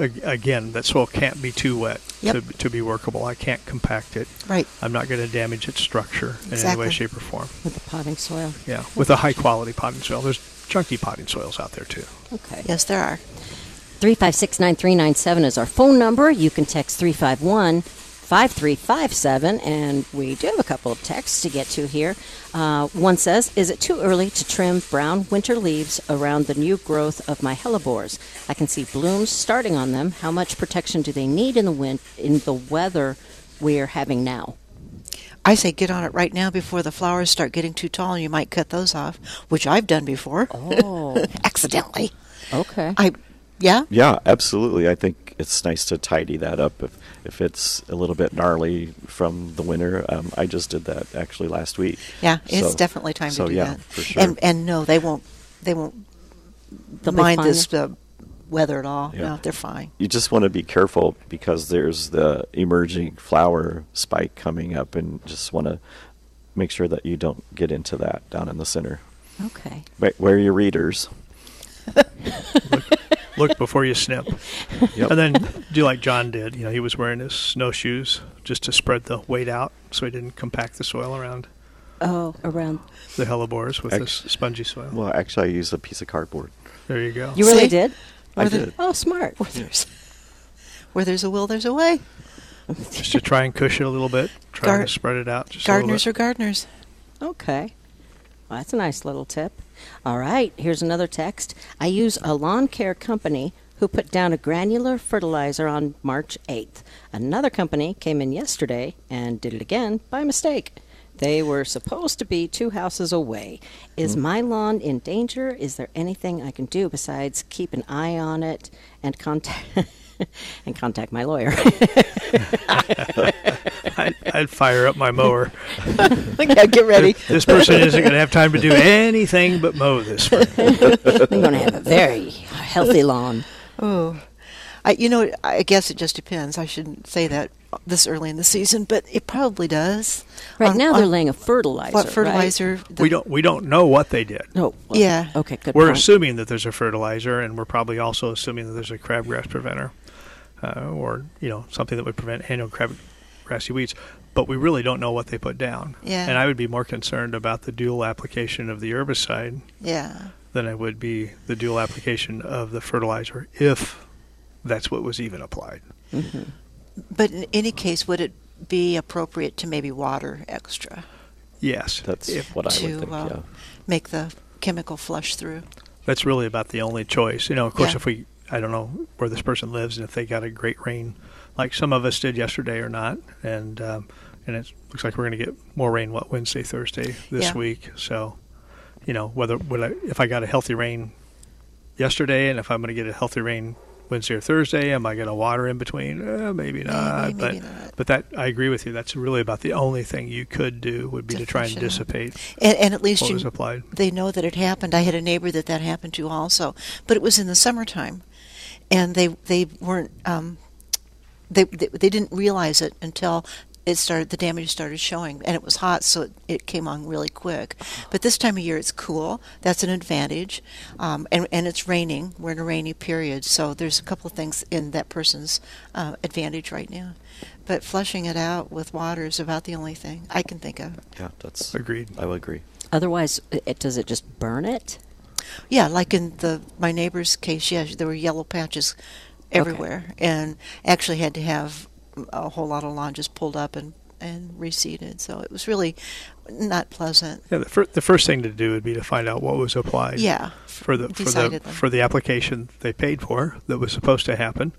Speaker 5: ag- again, that soil can't be too wet
Speaker 3: Yep.
Speaker 5: to, to be workable. I can't compact it.
Speaker 3: Right.
Speaker 5: I'm not going to damage its structure in any
Speaker 3: Exactly.
Speaker 5: way, shape, or form.
Speaker 2: With the potting soil.
Speaker 5: Yeah, with a high quality potting soil. There's chunky potting soils out there too.
Speaker 2: Okay.
Speaker 3: Yes, there are.
Speaker 2: Three five six nine three nine seven is our phone number. You can text 351 5357, and we do have a couple of texts to get to here. Uh, one says, Is it too early to trim brown winter leaves around the new growth of my hellebores? I can see blooms starting on them. How much protection do they need in the wind, in the weather we're having now?
Speaker 3: I say get on it right now before the flowers start getting too tall. You might cut those off, which I've done before.
Speaker 2: *laughs* Oh.
Speaker 3: accidentally.
Speaker 2: Okay.
Speaker 3: I, yeah.
Speaker 4: Yeah, absolutely. I think it's nice to tidy that up if if it's a little bit gnarly from the winter. Um, I just did that actually last week.
Speaker 3: Yeah, it's
Speaker 4: So-
Speaker 3: definitely time
Speaker 4: so
Speaker 3: to do
Speaker 4: yeah,
Speaker 3: that.
Speaker 4: for sure.
Speaker 3: And and no, they won't. They won't
Speaker 2: They'll be
Speaker 3: mind
Speaker 2: fine.
Speaker 3: this uh, weather at all.
Speaker 4: Yeah.
Speaker 3: No, they're fine.
Speaker 4: you just want to be careful because there's the emerging flower spike coming up, and just want to make sure that you don't get into that down in the center.
Speaker 2: Okay.
Speaker 4: Wait, where are your readers?
Speaker 5: Look before you snip.
Speaker 4: *laughs* Yep.
Speaker 5: And then do like John did. You know, he was wearing his snowshoes just to spread the weight out so he didn't compact the soil around
Speaker 2: Oh, around.
Speaker 5: the hellebores with
Speaker 4: Ex-
Speaker 5: this spongy soil.
Speaker 4: Well, actually, I used a piece of cardboard.
Speaker 5: there you go.
Speaker 2: You really
Speaker 3: See?
Speaker 2: did?
Speaker 4: I
Speaker 3: Were there-
Speaker 4: did.
Speaker 2: Oh, smart.
Speaker 3: There's- where there's a will, there's a way.
Speaker 5: just to try and cushion it a little bit, try
Speaker 3: Gar-
Speaker 5: to spread it out. Just a little
Speaker 4: uh,
Speaker 3: Gardeners
Speaker 5: bit.
Speaker 3: are gardeners.
Speaker 2: Okay. Well, that's a nice little tip. All right, here's another text. I use a lawn care company who put down a granular fertilizer on March 8th. Another company came in yesterday and did it again by mistake. They were supposed to be two houses away. Is my lawn in danger? Is there anything I can do besides keep an eye on it and contact *laughs* and contact my lawyer? *laughs*
Speaker 5: I'd, I'd fire up my mower.
Speaker 3: *laughs*
Speaker 2: yeah, get ready.
Speaker 5: This person isn't going to have time to do anything but mow
Speaker 3: *laughs*
Speaker 5: this. spring.
Speaker 2: I'm going to have a very healthy lawn.
Speaker 3: Oh, I, you know, I guess it just depends. I shouldn't say that this early in the season, but it probably does.
Speaker 2: Right
Speaker 3: On-
Speaker 2: now, they're
Speaker 3: on
Speaker 2: laying a fertilizer.
Speaker 3: what
Speaker 2: right?
Speaker 3: fertilizer? the-
Speaker 5: We don't we don't know what they did.
Speaker 2: No. well,
Speaker 3: Yeah.
Speaker 2: Okay. Good.
Speaker 5: We're
Speaker 2: point.
Speaker 5: assuming that there's a fertilizer, and we're probably also assuming that there's a crabgrass preventer, uh, or you know something that would prevent annual crabgrassy weeds. But we really don't know what they put down.
Speaker 3: Yeah.
Speaker 5: And I would be more concerned about the dual application of the herbicide
Speaker 3: Yeah.
Speaker 5: than I would be the dual application of the fertilizer if that's what was even applied.
Speaker 3: But in any case, would it be appropriate to maybe water extra
Speaker 5: Yes.
Speaker 4: That's
Speaker 5: If-
Speaker 4: what I
Speaker 3: to
Speaker 4: would think.
Speaker 3: uh,
Speaker 4: yeah.
Speaker 3: make the chemical flush through?
Speaker 5: that's really about the only choice. You know, of course,
Speaker 3: Yeah.
Speaker 5: if we, I don't know where this person lives and if they got a great rain, like some of us did yesterday or not, and um, and it looks like we're going to get more rain. What Wednesday, Thursday this
Speaker 3: Yeah.
Speaker 5: week. So, you know, whether would I, if I got a healthy rain yesterday, and if I'm going to get a healthy rain Wednesday or Thursday, am I going to water in between? Uh, maybe not.
Speaker 3: maybe
Speaker 5: but
Speaker 3: not.
Speaker 5: but that I agree with you. That's really about the only thing you could do would be to try and
Speaker 3: Definition.
Speaker 5: dissipate
Speaker 3: And, and at least
Speaker 5: what
Speaker 3: you,
Speaker 5: was applied.
Speaker 3: they know that it happened. I had a neighbor that that happened to also, but it was in the summertime, and they they weren't um, they, they they didn't realize it until it started the damage started showing, and it was hot, so it, it came on really quick. But this time of year, it's cool. That's an advantage, um, and and it's raining. We're in a rainy period, so there's a couple of things in that person's uh, advantage right now. But flushing it out with water is about the only thing I can think of.
Speaker 4: Yeah, that's
Speaker 5: Agreed.
Speaker 4: I would agree.
Speaker 2: Otherwise, it, does it just burn it?
Speaker 3: Yeah, like in the my neighbor's case, yeah, there were yellow patches everywhere, and actually had to have a whole lot of lawn just pulled up and and reseeded. So it was really not pleasant.
Speaker 5: Yeah, the, fir- the first thing to do would be to find out what was applied.
Speaker 3: Yeah,
Speaker 5: for the for the
Speaker 3: decided them.
Speaker 5: for the application they paid for that was supposed to happen.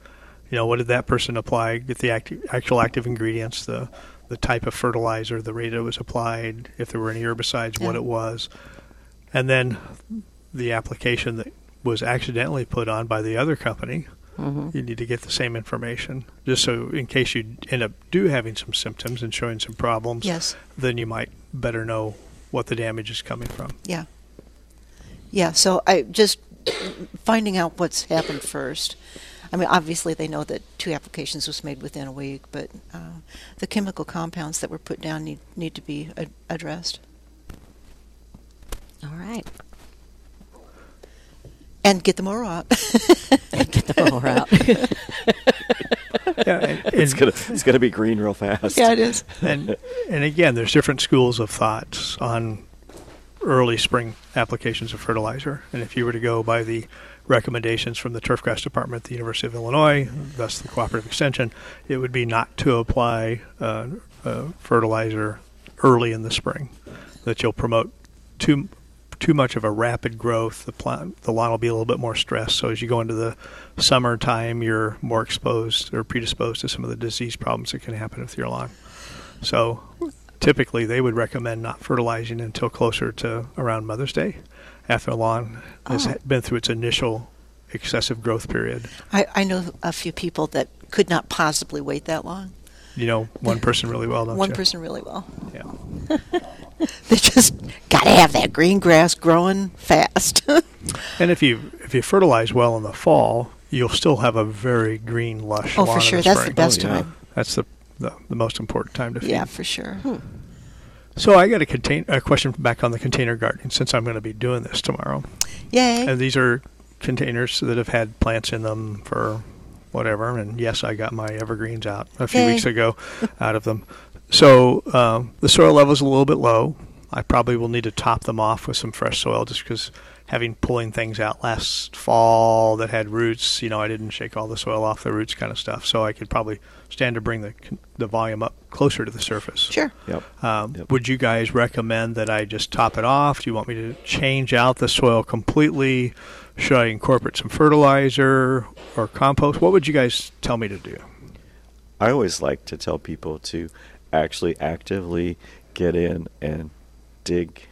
Speaker 5: You know, what did that person apply? Get the act- actual active ingredients, the the type of fertilizer, the rate it was applied, if there were any herbicides, what
Speaker 3: Yeah.
Speaker 5: it was, and then the application that was accidentally put on by the other company. You need to get the same information, just so in case you end up do having some symptoms and showing some problems.
Speaker 3: Yes.
Speaker 5: then you might better know what the damage is coming from.
Speaker 3: yeah, yeah. So I just finding out what's happened first. I mean, obviously they know that two applications was made within a week, but uh, the chemical compounds that were put down need need to be ad- addressed.
Speaker 2: All right.
Speaker 3: And get the mower out.
Speaker 2: *laughs* Get the mower *laughs* out.
Speaker 5: Yeah, *laughs* and-
Speaker 4: *laughs* It's
Speaker 5: and-
Speaker 4: gonna it's gonna be green real fast.
Speaker 3: it is.
Speaker 5: and and again, there's different schools of thoughts on early spring applications of fertilizer. And if you were to go by the recommendations from the turfgrass department at the University of Illinois, thus the cooperative extension, it would be not to apply uh, uh, fertilizer early in the spring. That you'll promote too too much of a rapid growth. The plant, the lawn will be a little bit more stressed. So as you go into the summertime, you're more exposed or predisposed to some of the disease problems that can happen with your lawn. So typically, they would recommend not fertilizing until closer to around Mother's Day, after a lawn has
Speaker 2: Oh.
Speaker 5: been through its initial excessive growth period.
Speaker 3: I, I know a few people that could not possibly wait that long.
Speaker 5: You know, one person really well, don't
Speaker 3: One
Speaker 5: you?
Speaker 3: person really well. *laughs*
Speaker 5: Yeah.
Speaker 3: They just got to have that green grass growing fast. *laughs*
Speaker 5: And if you if you fertilize well in the fall, you'll still have a very green, lush
Speaker 3: oh,
Speaker 5: lawn
Speaker 3: for sure.
Speaker 5: in the
Speaker 3: That's the
Speaker 5: spring.
Speaker 3: best
Speaker 4: Oh, yeah.
Speaker 3: time.
Speaker 5: That's the, the the most important time to feed.
Speaker 3: Yeah, for sure.
Speaker 5: So I got a contain a question back on the container gardening since I'm going to be doing this tomorrow.
Speaker 3: Yay.
Speaker 5: And these are containers that have had plants in them for whatever. And yes, I got my evergreens out a few
Speaker 3: Yay.
Speaker 5: weeks ago *laughs* out of them. So um, the soil level is a little bit low. I probably will need to top them off with some fresh soil just because having pulling things out last fall that had roots, you know, I didn't shake all the soil off the roots kind of stuff. So I could probably stand to bring the, con- the volume up closer to the surface.
Speaker 3: sure.
Speaker 4: Yep.
Speaker 5: Um,
Speaker 4: Yep.
Speaker 5: Would you guys recommend that I just top it off? Do you want me to change out the soil completely? Should I incorporate some fertilizer or compost? What would you guys tell me to do?
Speaker 4: I always like to tell people to actually actively get in and dig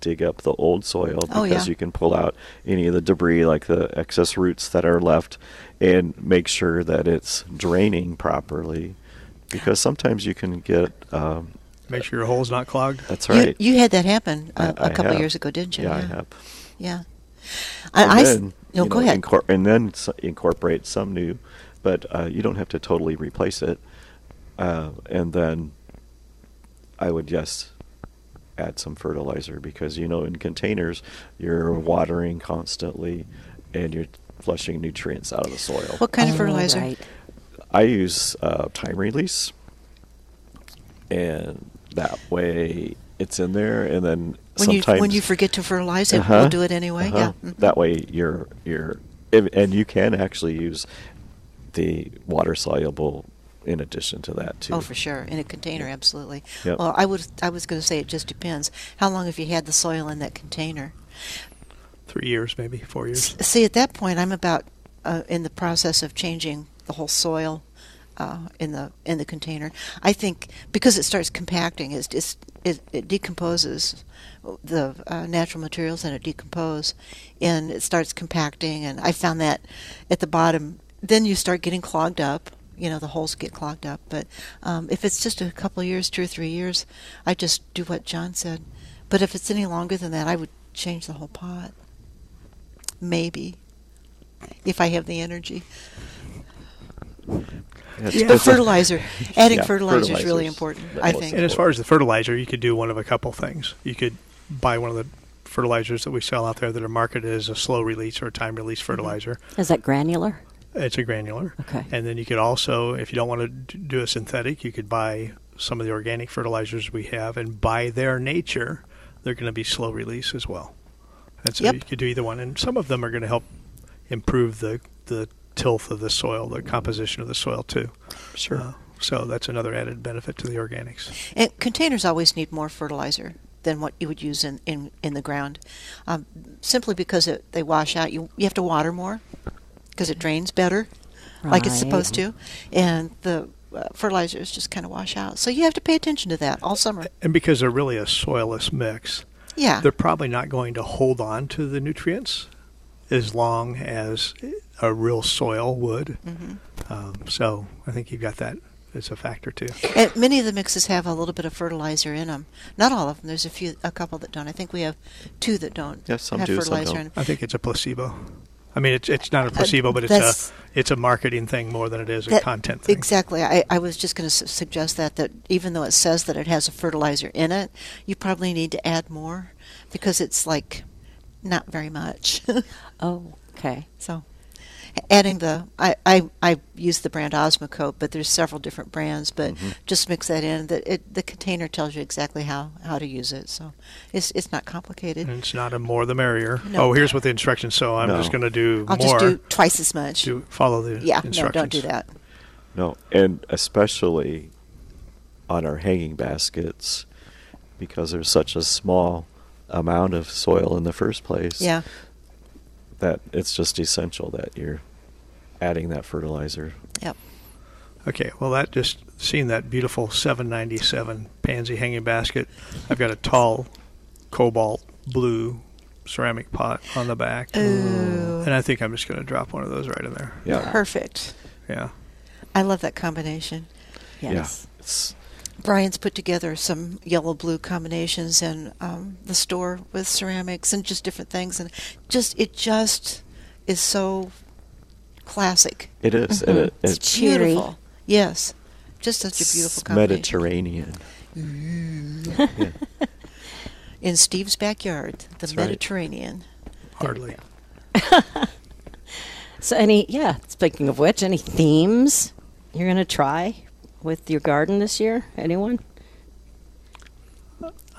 Speaker 4: dig up the old soil because
Speaker 3: Oh, yeah.
Speaker 4: you can pull out any of the debris like the excess roots that are left and make sure that it's draining properly because sometimes you can get um,
Speaker 5: Make sure your hole's not clogged.
Speaker 4: that's
Speaker 3: You-
Speaker 4: right
Speaker 3: You, had that happen uh, a
Speaker 4: I- I
Speaker 3: couple
Speaker 4: have.
Speaker 3: years ago, didn't you?
Speaker 4: yeah, I have
Speaker 3: Yeah. I,
Speaker 4: and
Speaker 3: I s-
Speaker 4: then,
Speaker 3: no,
Speaker 4: you
Speaker 3: go
Speaker 4: know,
Speaker 3: ahead.
Speaker 4: incor- and then s- incorporate some new, but uh, you don't have to totally replace it. Uh, and then I would just add some fertilizer because you know in containers you're watering constantly and you're flushing nutrients out of the soil.
Speaker 3: what kind
Speaker 2: Oh,
Speaker 3: of fertilizer?
Speaker 2: right.
Speaker 4: I use uh, time release, and that way it's in there. And then
Speaker 3: When you
Speaker 4: sometimes
Speaker 3: when you forget to fertilize it,
Speaker 4: Uh-huh.
Speaker 3: we'll do it anyway.
Speaker 4: Uh-huh.
Speaker 3: Yeah. Mhm.
Speaker 4: That way, you're you're, if, and you can actually use the water soluble in addition to that too.
Speaker 3: Oh, for sure, in a container, absolutely.
Speaker 4: Yep.
Speaker 3: Well, I would I was going to say it just depends how long have you had the soil in that container.
Speaker 5: Three years, maybe four years.
Speaker 3: S- See, at that point, I'm about uh, in the process of changing the whole soil uh, in the in the container. I think because it starts compacting, it's just it, it decomposes the uh, natural materials and it decompose, and it starts compacting. And I found that at the bottom, then you start getting clogged up. You know, the holes get clogged up. But um, if it's just a couple of years, two or three years, I just do what John said. But if it's any longer than that, I would change the whole pot. Maybe. If I have the energy.
Speaker 4: That's-
Speaker 5: *laughs* Yeah.
Speaker 3: But
Speaker 4: that's a-
Speaker 3: fertilizer, adding
Speaker 4: Yeah,
Speaker 3: fertilizer is really
Speaker 4: fertilizers.
Speaker 3: important,
Speaker 4: That
Speaker 3: I
Speaker 4: was-
Speaker 5: And
Speaker 3: think.
Speaker 5: as far as the fertilizer, you could do one of a couple things. You could buy one of the fertilizers that we sell out there that are marketed as a slow release or time release
Speaker 3: Mm-hmm.
Speaker 5: fertilizer.
Speaker 2: Is that granular?
Speaker 5: It's a granular.
Speaker 2: Okay.
Speaker 5: And then you could also, if you don't want to d- do a synthetic, you could buy some of the organic fertilizers we have, and by their nature, they're going to be slow release as well. And so
Speaker 3: Yep.
Speaker 5: you could do either one, and some of them are going to help improve the the tilth of the soil, the composition of the soil too. Sure. so that's another added benefit to the organics.
Speaker 3: And containers always need more fertilizer than what you would use in, in, in the ground, um, simply because it, they wash out. You, you have to water more because it drains better, like it's supposed to, and the uh, fertilizers just kind of wash out. So you have to pay attention to that all summer.
Speaker 5: And because they're really a soilless mix,
Speaker 3: Yeah.
Speaker 5: they're probably not going to hold on to the nutrients as long as a real soil would.
Speaker 3: Mm-hmm.
Speaker 5: Um, so I think you've got that as a factor too.
Speaker 3: And many of the mixes have a little bit of fertilizer in them. Not all of them. There's a few, a couple that don't. I think we have two that don't
Speaker 4: Yeah, some
Speaker 3: have
Speaker 4: do, some
Speaker 3: fertilizer
Speaker 4: don't.
Speaker 3: in 'em.
Speaker 5: I think it's a placebo. I mean, it's it's not a placebo, but it's
Speaker 3: Uh, that's-
Speaker 5: a it's a marketing thing more than it is a
Speaker 3: That-
Speaker 5: content thing.
Speaker 3: Exactly. I, I was just going to su- suggest that that even though it says that it has a fertilizer in it, you probably need to add more because it's like not very much. *laughs*
Speaker 2: Oh, okay.
Speaker 3: so, adding the I, I, I use the brand Osmocote, but there's several different brands. But
Speaker 4: Mm-hmm.
Speaker 3: just mix that in. The it, the container tells you exactly how, how to use it, so it's it's not complicated.
Speaker 5: And it's not a more the merrier.
Speaker 3: No.
Speaker 5: Oh, here's what the instructions. So I'm
Speaker 4: No.
Speaker 5: just going to do
Speaker 3: I'll just
Speaker 5: more.
Speaker 3: do twice as much.
Speaker 5: to follow the
Speaker 3: yeah,
Speaker 5: instructions.
Speaker 3: no, don't do that.
Speaker 4: No, and especially on our hanging baskets because there's such a small amount of soil in the first place.
Speaker 3: Yeah,
Speaker 4: That it's just essential that you're adding that fertilizer.
Speaker 3: yep.
Speaker 5: Okay, well, that just seeing that beautiful 797 pansy hanging basket. I've got a tall cobalt blue ceramic pot on the back, and I think I'm just going to drop one of those right in there.
Speaker 4: Yeah.
Speaker 3: Perfect.
Speaker 5: Yeah,
Speaker 3: I love that combination.
Speaker 2: Yes.
Speaker 4: Yeah. It's
Speaker 3: Brian's put together some yellow blue combinations in um, the store with ceramics and just different things, and just it just is so classic.
Speaker 4: it is, and it,
Speaker 2: It's
Speaker 4: it's
Speaker 2: Cheery.
Speaker 3: Beautiful. Yes, just Mm-hmm. such a beautiful combination.
Speaker 4: Mediterranean.
Speaker 3: in Steve's backyard, the
Speaker 4: right.
Speaker 3: Mediterranean.
Speaker 5: hardly.
Speaker 2: So any yeah. Speaking of which, any themes you're going to try with your garden this year? Anyone?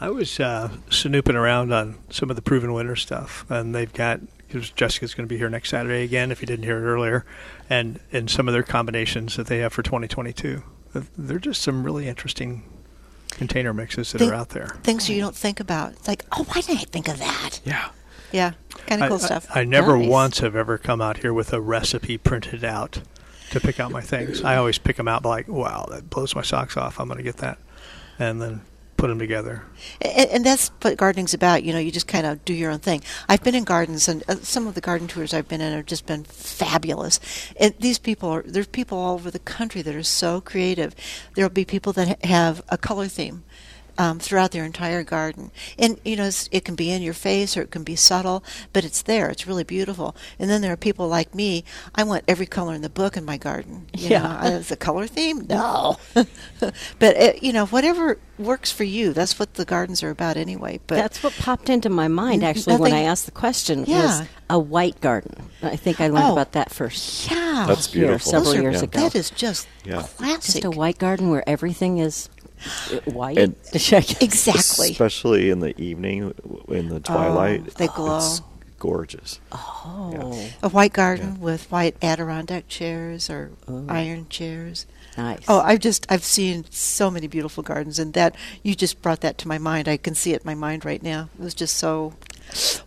Speaker 5: I was uh, snooping around on some of the proven winner stuff, and they've got because Jessica's going to be here next Saturday again. If you didn't hear it earlier, and and some of their combinations that they have for 2022, they're just some really interesting container mixes that
Speaker 3: They-
Speaker 5: are out there.
Speaker 3: Things you don't think about. It's like, oh, why didn't I think of that?
Speaker 5: Yeah.
Speaker 3: Yeah, kind of
Speaker 5: I,
Speaker 3: cool
Speaker 5: I-
Speaker 3: stuff.
Speaker 5: I, never
Speaker 2: Nice.
Speaker 5: once have ever come out here with a recipe printed out to pick out my things. I always pick them out like, wow, that blows my socks off. I'm going to get that. And then put them together.
Speaker 3: And, and that's what gardening's about. You know, you just kind of do your own thing. I've been in gardens, and uh, some of the garden tours I've been in have just been fabulous. And these people are there's people all over the country that are so creative. There'll be people that ha- have a color theme. Um, throughout their entire garden, and you know it's, it can be in your face or it can be subtle, but it's there. It's really beautiful. And then there are people like me. I want every color in the book in my garden. You
Speaker 2: Yeah.
Speaker 3: know, as a color theme, no. *laughs* but uh you know, whatever works for you, that's what the gardens are about anyway. But
Speaker 2: That's what popped into my mind actually when Mm, I
Speaker 3: nothing-
Speaker 2: asked the question.
Speaker 3: Yeah.
Speaker 2: Was a white garden. I think I learned
Speaker 3: Oh.
Speaker 2: about that first.
Speaker 3: yeah,
Speaker 4: That's
Speaker 2: here
Speaker 4: beautiful.
Speaker 2: several
Speaker 3: Those are-
Speaker 2: years
Speaker 4: Yeah.
Speaker 2: ago.
Speaker 3: That is just
Speaker 4: Yeah.
Speaker 3: classic.
Speaker 2: Just a white garden where everything is uh, white. *laughs*
Speaker 4: And-
Speaker 3: exactly.
Speaker 4: Especially in the evening, w- in the twilight. Oh,
Speaker 3: they glow.
Speaker 4: It's gorgeous.
Speaker 2: oh,
Speaker 3: A white garden with white Adirondack chairs or iron chairs.
Speaker 2: nice.
Speaker 3: Oh, I've just I've seen so many beautiful gardens, and that you just brought that to my mind. I can see it in my mind right now. It was just so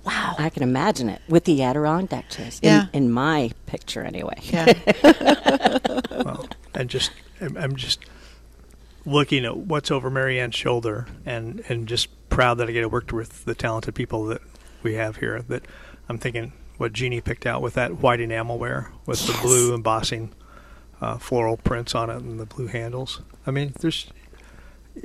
Speaker 3: wow.
Speaker 2: I can imagine it with the Adirondack chairs. in-
Speaker 3: Yeah.
Speaker 2: In, my picture, anyway. *laughs*
Speaker 3: Yeah.
Speaker 5: Well, *laughs* and just, I'm, I'm just looking at what's over Marianne's shoulder and, and just proud that I get to work with the talented people that we have here. That I'm thinking what Jeannie picked out with that white enamelware with the blue embossing uh, floral prints on it and the blue handles. I mean, there's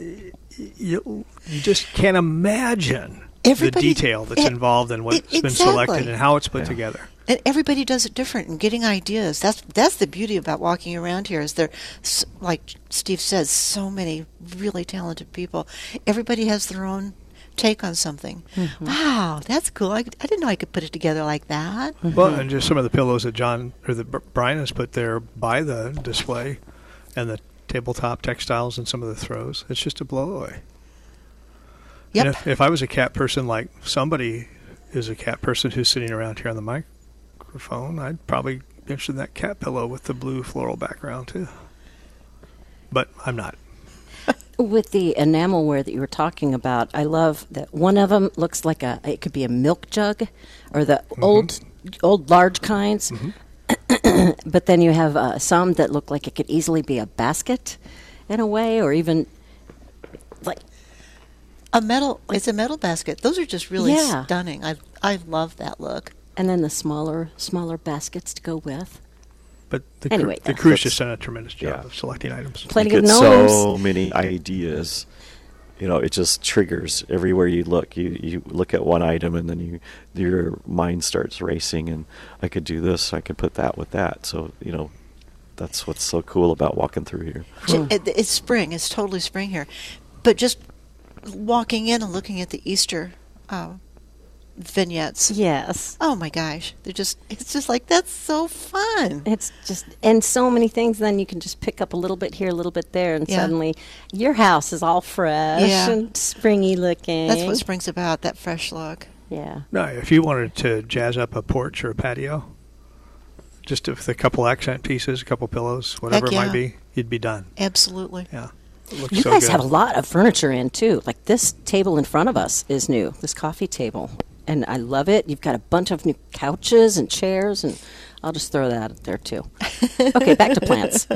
Speaker 5: you, you just can't imagine
Speaker 3: Everybody-
Speaker 5: the detail that's
Speaker 3: e-
Speaker 5: involved and what's
Speaker 3: e-
Speaker 5: been
Speaker 3: exactly.
Speaker 5: selected and how it's put
Speaker 4: Yeah.
Speaker 5: together.
Speaker 3: And everybody does it different and getting ideas. That's that's the beauty about walking around here is there, s- like Steve says, so many really talented people. Everybody has their own take on something. Wow, that's cool. I, I didn't know I could put it together like that.
Speaker 5: Well, and just some of the pillows that John or that Br- Brian has put there by the display, and the tabletop textiles and some of the throws. It's just a blow away.
Speaker 3: Yep.
Speaker 5: And if, if I was a cat person, like somebody is a cat person who's sitting around here on the microphone, I'd probably be interested in that cat pillow with the blue floral background too. But I'm not.
Speaker 2: With the enamelware that you were talking about, I love that one of them looks like a. It could be a milk jug, or the old old large kinds. *clears throat* but then you have uh, some that look like it could easily be a basket, in a way, or even like
Speaker 3: A metal. It's a metal basket. Those are just really
Speaker 2: Yeah.
Speaker 3: stunning. I I love that look.
Speaker 2: and then the smaller smaller baskets to go with.
Speaker 5: But the, cr-
Speaker 2: Anyway,
Speaker 5: the
Speaker 2: that's-
Speaker 5: crew's just done a tremendous job
Speaker 4: Yeah.
Speaker 5: of selecting items.
Speaker 2: Plenty
Speaker 4: you
Speaker 2: of
Speaker 4: get
Speaker 2: gnomes.
Speaker 4: so many ideas. You know, it just triggers everywhere you look. You you look at one item and then you your mind starts racing and I could do this, I could put that with that. So, you know, that's what's so cool about walking through here.
Speaker 3: J- it- It's spring. It's totally spring here. But just walking in and looking at the Easter uh, vignettes.
Speaker 2: Yes.
Speaker 3: Oh my gosh, they're just it's just like that's so fun.
Speaker 2: It's just and so many things. Then you can just pick up a little bit here, a little bit there, and
Speaker 3: Yeah.
Speaker 2: suddenly your house is all fresh
Speaker 3: Yeah.
Speaker 2: and springy looking.
Speaker 3: That's what spring's about, that fresh look.
Speaker 2: yeah.
Speaker 5: No, if you wanted to jazz up a porch or a patio, just with a couple accent pieces, a couple pillows, whatever it
Speaker 3: yeah.
Speaker 5: might be, you'd be done.
Speaker 3: Absolutely.
Speaker 5: Yeah. It looks
Speaker 2: You
Speaker 5: so
Speaker 2: guys
Speaker 5: good.
Speaker 2: have a lot of furniture in too. Like this table in front of us is new. This coffee table, and I love it. You've got a bunch of new couches and chairs, and I'll just throw that out
Speaker 3: *laughs*
Speaker 2: there too. okay, back to plants.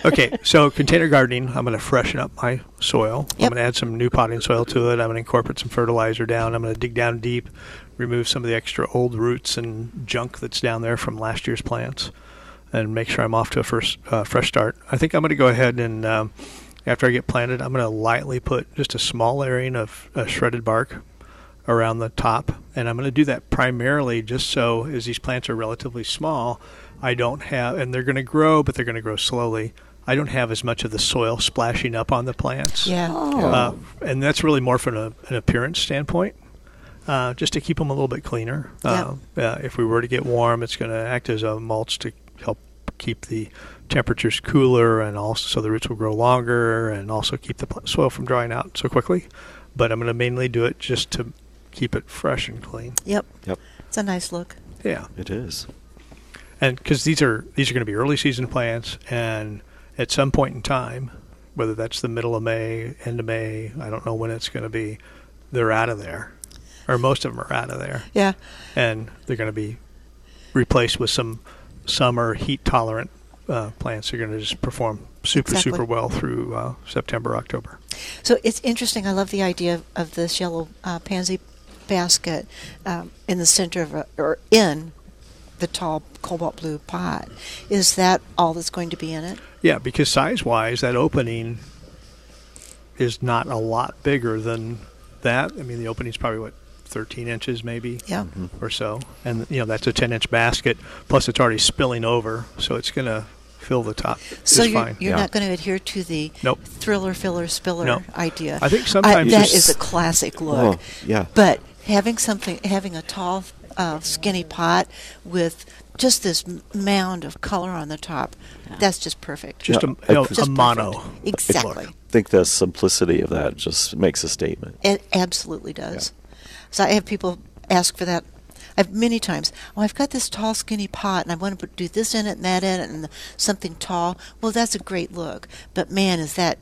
Speaker 2: *laughs*
Speaker 5: okay, so container gardening, I'm going to freshen up my soil.
Speaker 3: Yep.
Speaker 5: I'm going to add some new potting soil to it. I'm going to incorporate some fertilizer down. I'm going to dig down deep, remove some of the extra old roots and junk that's down there from last year's plants, and make sure I'm off to a first uh, fresh start. I think I'm going to go ahead and um, after I get planted, I'm going to lightly put just a small layering of uh, shredded bark around the top. And I'm going to do that primarily just so, as these plants are relatively small, I don't have, and they're going to grow, but they're going to grow slowly. I don't have as much of the soil splashing up on the plants.
Speaker 3: Yeah.
Speaker 4: Um,
Speaker 5: Uh, and that's really more from a, an appearance standpoint, uh, just to keep them a little bit cleaner. Uh, uh, if we were to get warm, it's going to act as a mulch to help keep the temperatures cooler, and also so the roots will grow longer, and also keep the pl- soil from drying out so quickly. But I'm going to mainly do it just to keep it fresh and clean.
Speaker 3: Yep.
Speaker 4: Yep,
Speaker 3: It's a nice look.
Speaker 5: Yeah
Speaker 4: it is.
Speaker 5: and because these are these are going to be early season plants, and at some point in time, whether that's the middle of May, end of May, I don't know when it's going to be, they're out of there, or most of them are out of there,
Speaker 3: Yeah.
Speaker 5: and they're going to be replaced with some summer heat tolerant uh, plants. They're going to just perform super
Speaker 3: Exactly.
Speaker 5: super well through uh, September October.
Speaker 3: So it's interesting. I love the idea of, of this yellow uh, pansy basket um, in the center of a, or in the tall cobalt blue pot. Is that all that's going to be in it?
Speaker 5: Yeah, because size wise, that opening is not a lot bigger than that. I mean, the opening's probably what 13 inches, maybe,
Speaker 3: Yeah.
Speaker 4: Mm-hmm.
Speaker 5: or so. And you know, that's a 10 inch basket. Plus, it's already spilling over, so it's going to fill the top.
Speaker 3: So
Speaker 5: just
Speaker 3: you're,
Speaker 5: fine.
Speaker 3: you're
Speaker 4: yeah.
Speaker 3: not going to adhere to the
Speaker 5: Nope.
Speaker 3: thriller, filler, spiller
Speaker 5: No.
Speaker 3: idea.
Speaker 5: I think sometimes
Speaker 3: that is
Speaker 5: it's-
Speaker 3: a classic look.
Speaker 4: Oh, yeah.
Speaker 3: But having something, having a tall, uh, skinny pot with just this m- mound of color on the top, that's just perfect.
Speaker 5: just
Speaker 4: Yeah,
Speaker 5: a, you know,
Speaker 4: I-
Speaker 5: a
Speaker 3: Just
Speaker 5: mono.
Speaker 3: perfect. Exactly.
Speaker 4: I think the simplicity of that just makes a statement.
Speaker 3: It absolutely does. So I have people ask for that. I've many times. Oh, I've got this tall, skinny pot, and I want to put, do this in it and that in it, and something tall. Well, that's a great look. But man, is that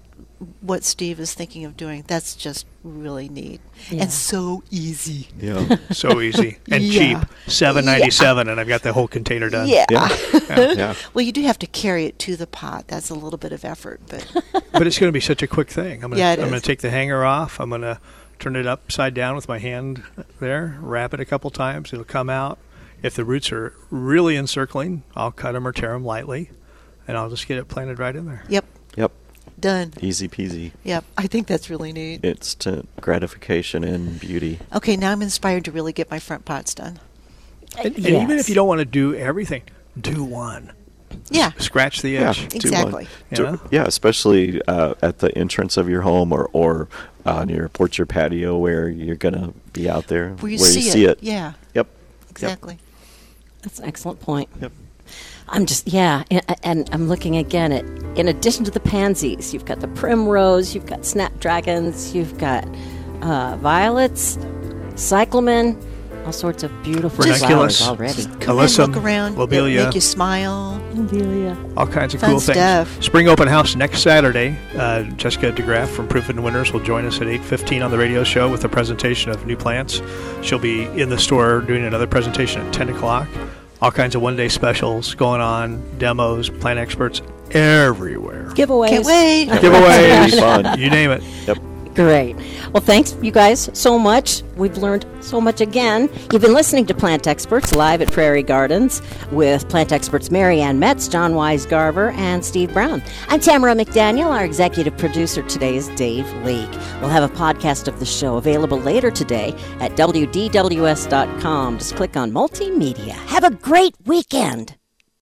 Speaker 3: what Steve is thinking of doing? That's just really neat
Speaker 2: Yeah.
Speaker 3: and so easy.
Speaker 4: Yeah.
Speaker 5: So easy
Speaker 3: *laughs*
Speaker 5: and
Speaker 3: Yeah.
Speaker 5: cheap, seven ninety seven, and I've got the whole container done.
Speaker 3: Yeah.
Speaker 4: yeah.
Speaker 5: *laughs*
Speaker 4: yeah.
Speaker 3: Well, you do have to carry it to the pot. That's a little bit of effort, *laughs* but
Speaker 5: but it's going to be such a quick thing. I'm going
Speaker 3: Yeah, it
Speaker 5: to I'm going
Speaker 3: is.
Speaker 5: to take the hanger off. I'm going to turn it upside down with my hand there, wrap it a couple times. It'll come out. If the roots are really encircling, I'll cut them or tear them lightly, and I'll just get it planted right in there.
Speaker 3: yep,
Speaker 4: Yep.
Speaker 3: done.
Speaker 4: Easy peasy.
Speaker 3: Yep, I think that's really neat.
Speaker 4: Instant gratification and beauty.
Speaker 3: Okay, now I'm inspired to really get my front pots done.
Speaker 5: And, and
Speaker 2: Yes.
Speaker 5: even if you don't want to do everything, do one.
Speaker 3: Yeah.
Speaker 5: Scratch the
Speaker 4: Yeah,
Speaker 5: itch.
Speaker 4: do one.
Speaker 3: Exactly.
Speaker 5: You
Speaker 4: Do-
Speaker 5: know?
Speaker 4: yeah, especially uh, at the entrance of your home or, or on your porch or patio where you're going to be out there.
Speaker 3: Where you, see, it. Yeah,
Speaker 4: Yep.
Speaker 3: exactly.
Speaker 2: That's an excellent point.
Speaker 4: Yep.
Speaker 2: I'm just yeah, and, and I'm looking again at in addition to the pansies, you've got the primrose, you've got snapdragons, you've got uh, violets, cyclamen, all sorts of beautiful
Speaker 5: Ranunculus.
Speaker 2: flowers already.
Speaker 3: Come in,
Speaker 5: Alyssum,
Speaker 3: look around, it'll
Speaker 5: lobelia.
Speaker 3: make you smile.
Speaker 5: all kinds of
Speaker 3: Fun
Speaker 5: cool things.
Speaker 3: stuff.
Speaker 5: Spring open house next Saturday. Uh, Jessica DeGraff from Proof and Winners will join us at 8:15 on the radio show with a presentation of new plants. She'll be in the store doing another presentation at 10 o'clock. All kinds of one-day specials going on, demos, plant experts everywhere,
Speaker 2: Giveaways.
Speaker 3: Can't wait.
Speaker 4: It'll be
Speaker 5: giveaways,
Speaker 4: fun.
Speaker 5: you name it.
Speaker 4: Yep.
Speaker 2: Great. Well, thanks, you guys, so much. We've learned so much again. You've been listening to Plant Experts live at Prairie Gardens with plant experts Mary Ann Metz, John Wise Garver, and Steve Brown. I'm Tamara McDaniel. Our executive producer today is Dave Leake. We'll have a podcast of the show available later today at WDWS.com. Just click on multimedia. Have a great weekend.